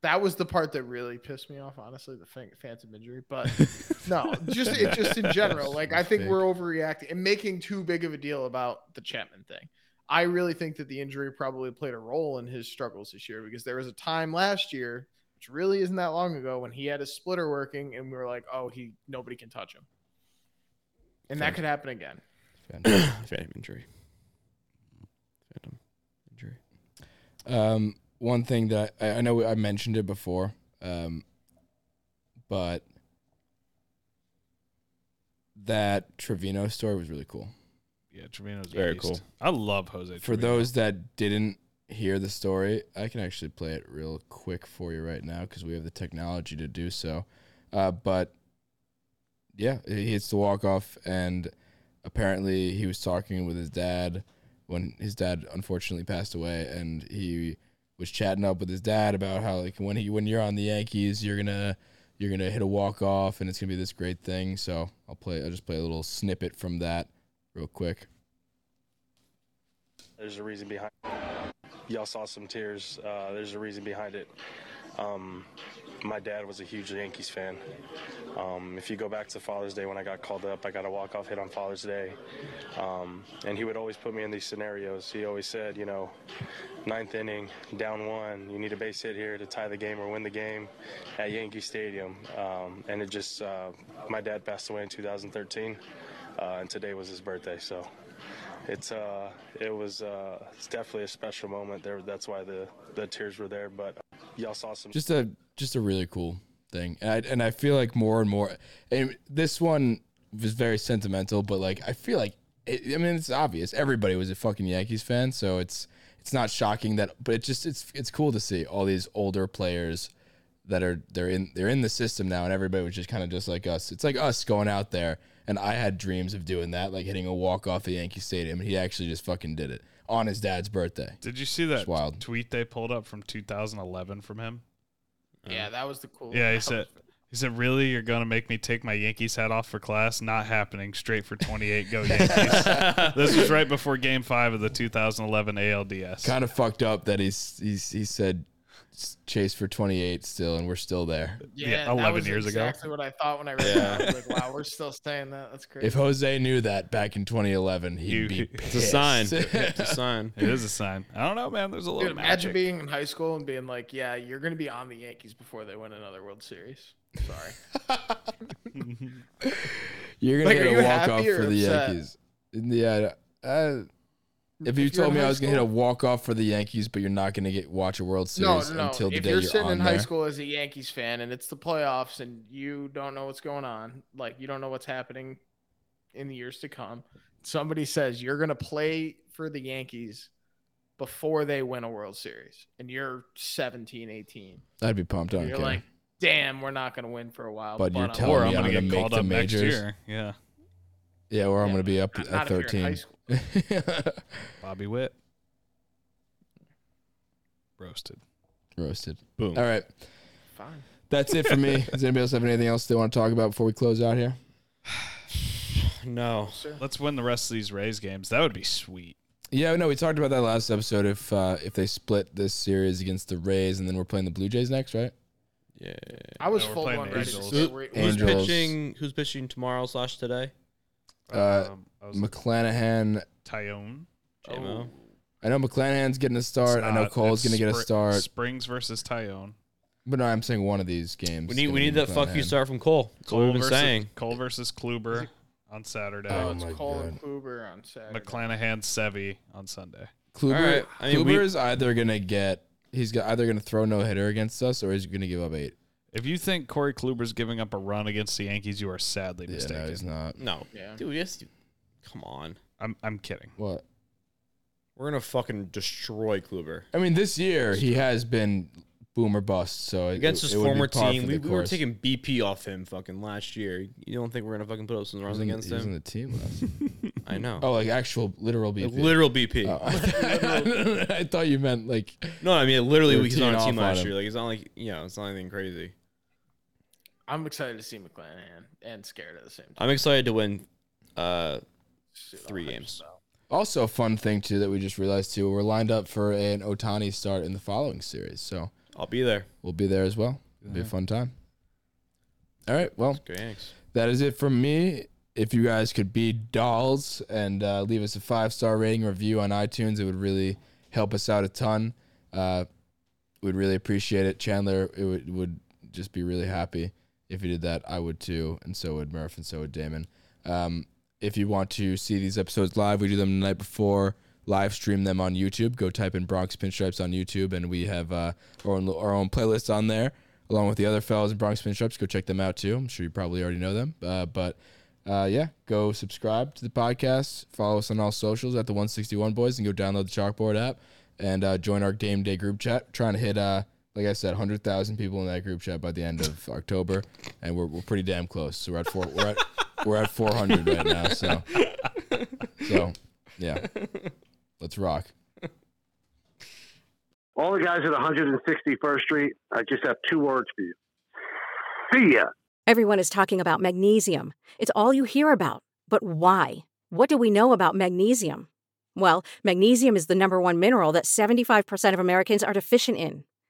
H: that was the part that really pissed me off honestly the fan- phantom injury but no just it just in general like i think we're overreacting and making too big of a deal about the chapman thing i really think that the injury probably played a role in his struggles this year because there was a time last year which which really isn't that long ago when he had his splitter working and we were like, oh, he nobody can touch him. And that could happen again.
F: Phantom injury. Phantom injury.
D: Um, one thing that I, I know I mentioned it before, um, but that Trevino story was really cool.
E: Yeah, Trevino's
F: Very
E: a beast.
F: cool.
E: I love Jose.
D: For those that didn't hear the story, I can actually play it real quick for you right now because we have the technology to do so. Uh, but yeah, he hits the walk off, and apparently he was talking with his dad when his dad unfortunately passed away, and he was chatting up with his dad about how like when he when you're on the Yankees, you're gonna you're gonna hit a walk off, and it's gonna be this great thing. So I'll play. I'll just play a little snippet from that real quick.
I: There's a reason behind. Y'all saw some tears. Uh, there's a reason behind it. Um, my dad was a huge Yankees fan. Um, if you go back to Father's Day when I got called up, I got a walk-off hit on Father's Day, um, and he would always put me in these scenarios. He always said, you know, ninth inning, down one, you need a base hit here to tie the game or win the game at Yankee Stadium. Um, and it just, uh, my dad passed away in 2013, uh, and today was his birthday, so it's uh it was uh it's definitely a special moment there that's why the the tears were there but y'all saw some
D: just a just a really cool thing and I, and I feel like more and more and this one was very sentimental but like I feel like it, I mean it's obvious everybody was a fucking Yankees fan so it's it's not shocking that but it just it's it's cool to see all these older players that are they're in they're in the system now and everybody was just kind of just like us it's like us going out there and I had dreams of doing that like hitting a walk off the Yankee Stadium and he actually just fucking did it on his dad's birthday
E: Did you see that
D: It's wild.
E: tweet they pulled up from 2011 from him?
G: Yeah, that was the cool.
E: Yeah, he said. He said, "Really, you're gonna make me take my Yankees hat off for class? Not happening. Straight for 28. Go Yankees." this was right before Game Five of the 2011 ALDS.
D: kind of fucked up that he's he's he said s- chase for 28 still and we're still there.
E: yeah,
G: that
E: 11
G: was
E: years ago.
G: Exactly what I thought when I read that. I was like, wow, we're still saying that. That's crazy.
D: If Jose knew that back in 2011, he'd
E: You-
D: be
E: it's
F: It's a sign.
D: pissed.
F: it's a sign.
E: It is a sign. I don't know, man. There's a little
G: Dude, imagine
E: magic.
G: being in high school and being like, "Yeah, you're gonna be on the Yankees before they win another World Series." Sorry,
D: You're gonna
G: Like, are
D: hit
G: you
D: a walk off
G: happy or
D: for the
G: upset?
D: Yankees. Yeah. Uh, if you
G: you're
D: told
G: in
D: me I
G: high
D: was gonna hit a
G: school-
D: walk off for the Yankees, but you're not gonna get watch a World
G: no,
D: Series
G: no, no.
D: until the
G: if
D: day
G: you're
D: you're,
G: sitting
D: on
G: in high
D: there.
G: school as a Yankees fan and it's the playoffs and you don't know what's going on, like you don't know what's happening in the years to come, somebody says you're gonna play for the Yankees before they win a World Series, and you're 17, 18,
D: I'd be pumped. I don't
G: you're
D: care.
G: like, "Damn, we're not gonna win for a while."
D: But you're
G: I'm-
D: telling
E: or
D: me
E: I'm
D: I'm
E: gonna,
D: gonna
E: get
D: make
E: called
D: the
E: up
D: majors.
E: next year. Yeah,
D: yeah, or I'm
G: Yeah,
D: gonna be up
G: not-
D: at
G: not if you're in high
D: 13.
G: school.
E: Bobby Witt, roasted.
D: Roasted.
F: Boom.
D: All right,
G: Fine.
D: that's it for me. Does anybody else have anything else they want to talk about before we close out here?
F: No.
E: Let's win the rest of these Rays games. That would be sweet.
D: Yeah, no, we talked about that last episode. If uh, if they split this series against the Rays, and then we're playing the Blue Jays next, right?
F: Yeah.
G: I was
E: No, we're
G: full
E: playing
G: on
E: the
G: ready. to
E: Angels.
G: say we- we-
D: Angels.
F: Who's pitching? Who's pitching tomorrow slash today?
D: Uh,
E: Um, I was
D: McClanahan.
E: Tyone.
D: Oh
F: JMO.
D: I know McClanahan's getting a start.
E: It's
D: I know
E: not-
D: Cole's
E: it's
D: gonna get a
E: Spr-
D: start,
E: Springs versus Tyone.
D: but no, I'm saying one of these games.
F: We
D: is
F: need we
D: gonna
F: need
D: be
F: that fuck you
D: McClanahan.
F: start from Cole. That's what we've been
E: versus,
F: saying.
E: Cole versus Kluber on Saturday.
D: Oh
G: uh, It's
D: my
G: Cole
D: God.
G: and Kluber on Saturday.
E: McClanahan Sevi on Sunday.
D: Kluber,
F: All right, I mean,
D: Kluber
F: we-
D: is either gonna get he's go- either gonna throw no hitter against us or he's gonna give up eight.
E: If you think Corey Kluber's giving up a run against the Yankees, you are sadly
D: Yeah,
E: mistaken.
D: no, he's not.
F: No.
G: Yeah.
F: Dude, yes. Come on.
E: I'm I'm kidding.
D: What?
F: We're gonna fucking destroy Kluber.
D: I mean, this year he has been boomer bust. So it-
F: Against
D: it
F: his
D: would be
F: former
D: par
F: team,
D: for
F: we,
D: the
F: we were
D: course.
F: taking BP off him fucking last year. You don't think we're gonna fucking put up some
D: He was
F: runs
D: in-
F: against
D: he was in
F: him?
D: the team last.
F: I know.
D: Oh, like actual literal BP.
F: Like, literal BP.
D: Oh, I, I thought you meant like
F: No, I mean literally
D: They were
F: he's on
D: teeing
F: a
D: off
F: team
D: on
F: last
D: him.
F: year. Like it's not like you know, it's not anything crazy.
G: I'm excited to see McClanahan and scared at the same time.
F: I'm excited to win uh
G: Shit, I'll
F: three
G: hype
F: games.
G: us up.
D: Also, a fun thing too that we just realized too, we're lined up for an Otani start in the following series, so
F: I'll be there.
D: we'll be there as well. It'll be a fun time. All right, well,
F: Go Yanks.
D: that is it from me. If you guys could be dolls and uh, leave us a five star rating review on iTunes, it would really help us out a ton. Uh, We'd really appreciate it. Chandler it would, would just be really happy if you did that. I would too, and so would Murph, and so would Damon. Um, if you want to see these episodes live, we do them the night before. Live stream them on YouTube. Go type in Bronx Pinstripes on YouTube, and we have uh, our own our own playlist on there, along with the other fellas in Bronx Pinstripes. Go check them out too. I'm sure you probably already know them, uh, but uh, yeah, go subscribe to the podcast. Follow us on all socials at the 161 Boys, and go download the Chalkboard app and uh, join our game day group chat. Trying to hit, uh, like I said, 100,000 people in that group chat by the end of October, and we're, we're pretty damn close. So we're at four, we're at we're at 400 right now. So so yeah, let's rock.
J: All the guys at 161st Street, I just have two words for you. See ya.
K: Everyone is talking about magnesium. It's all you hear about. But why? What do we know about magnesium? Well, magnesium is the number one mineral that 75% of Americans are deficient in.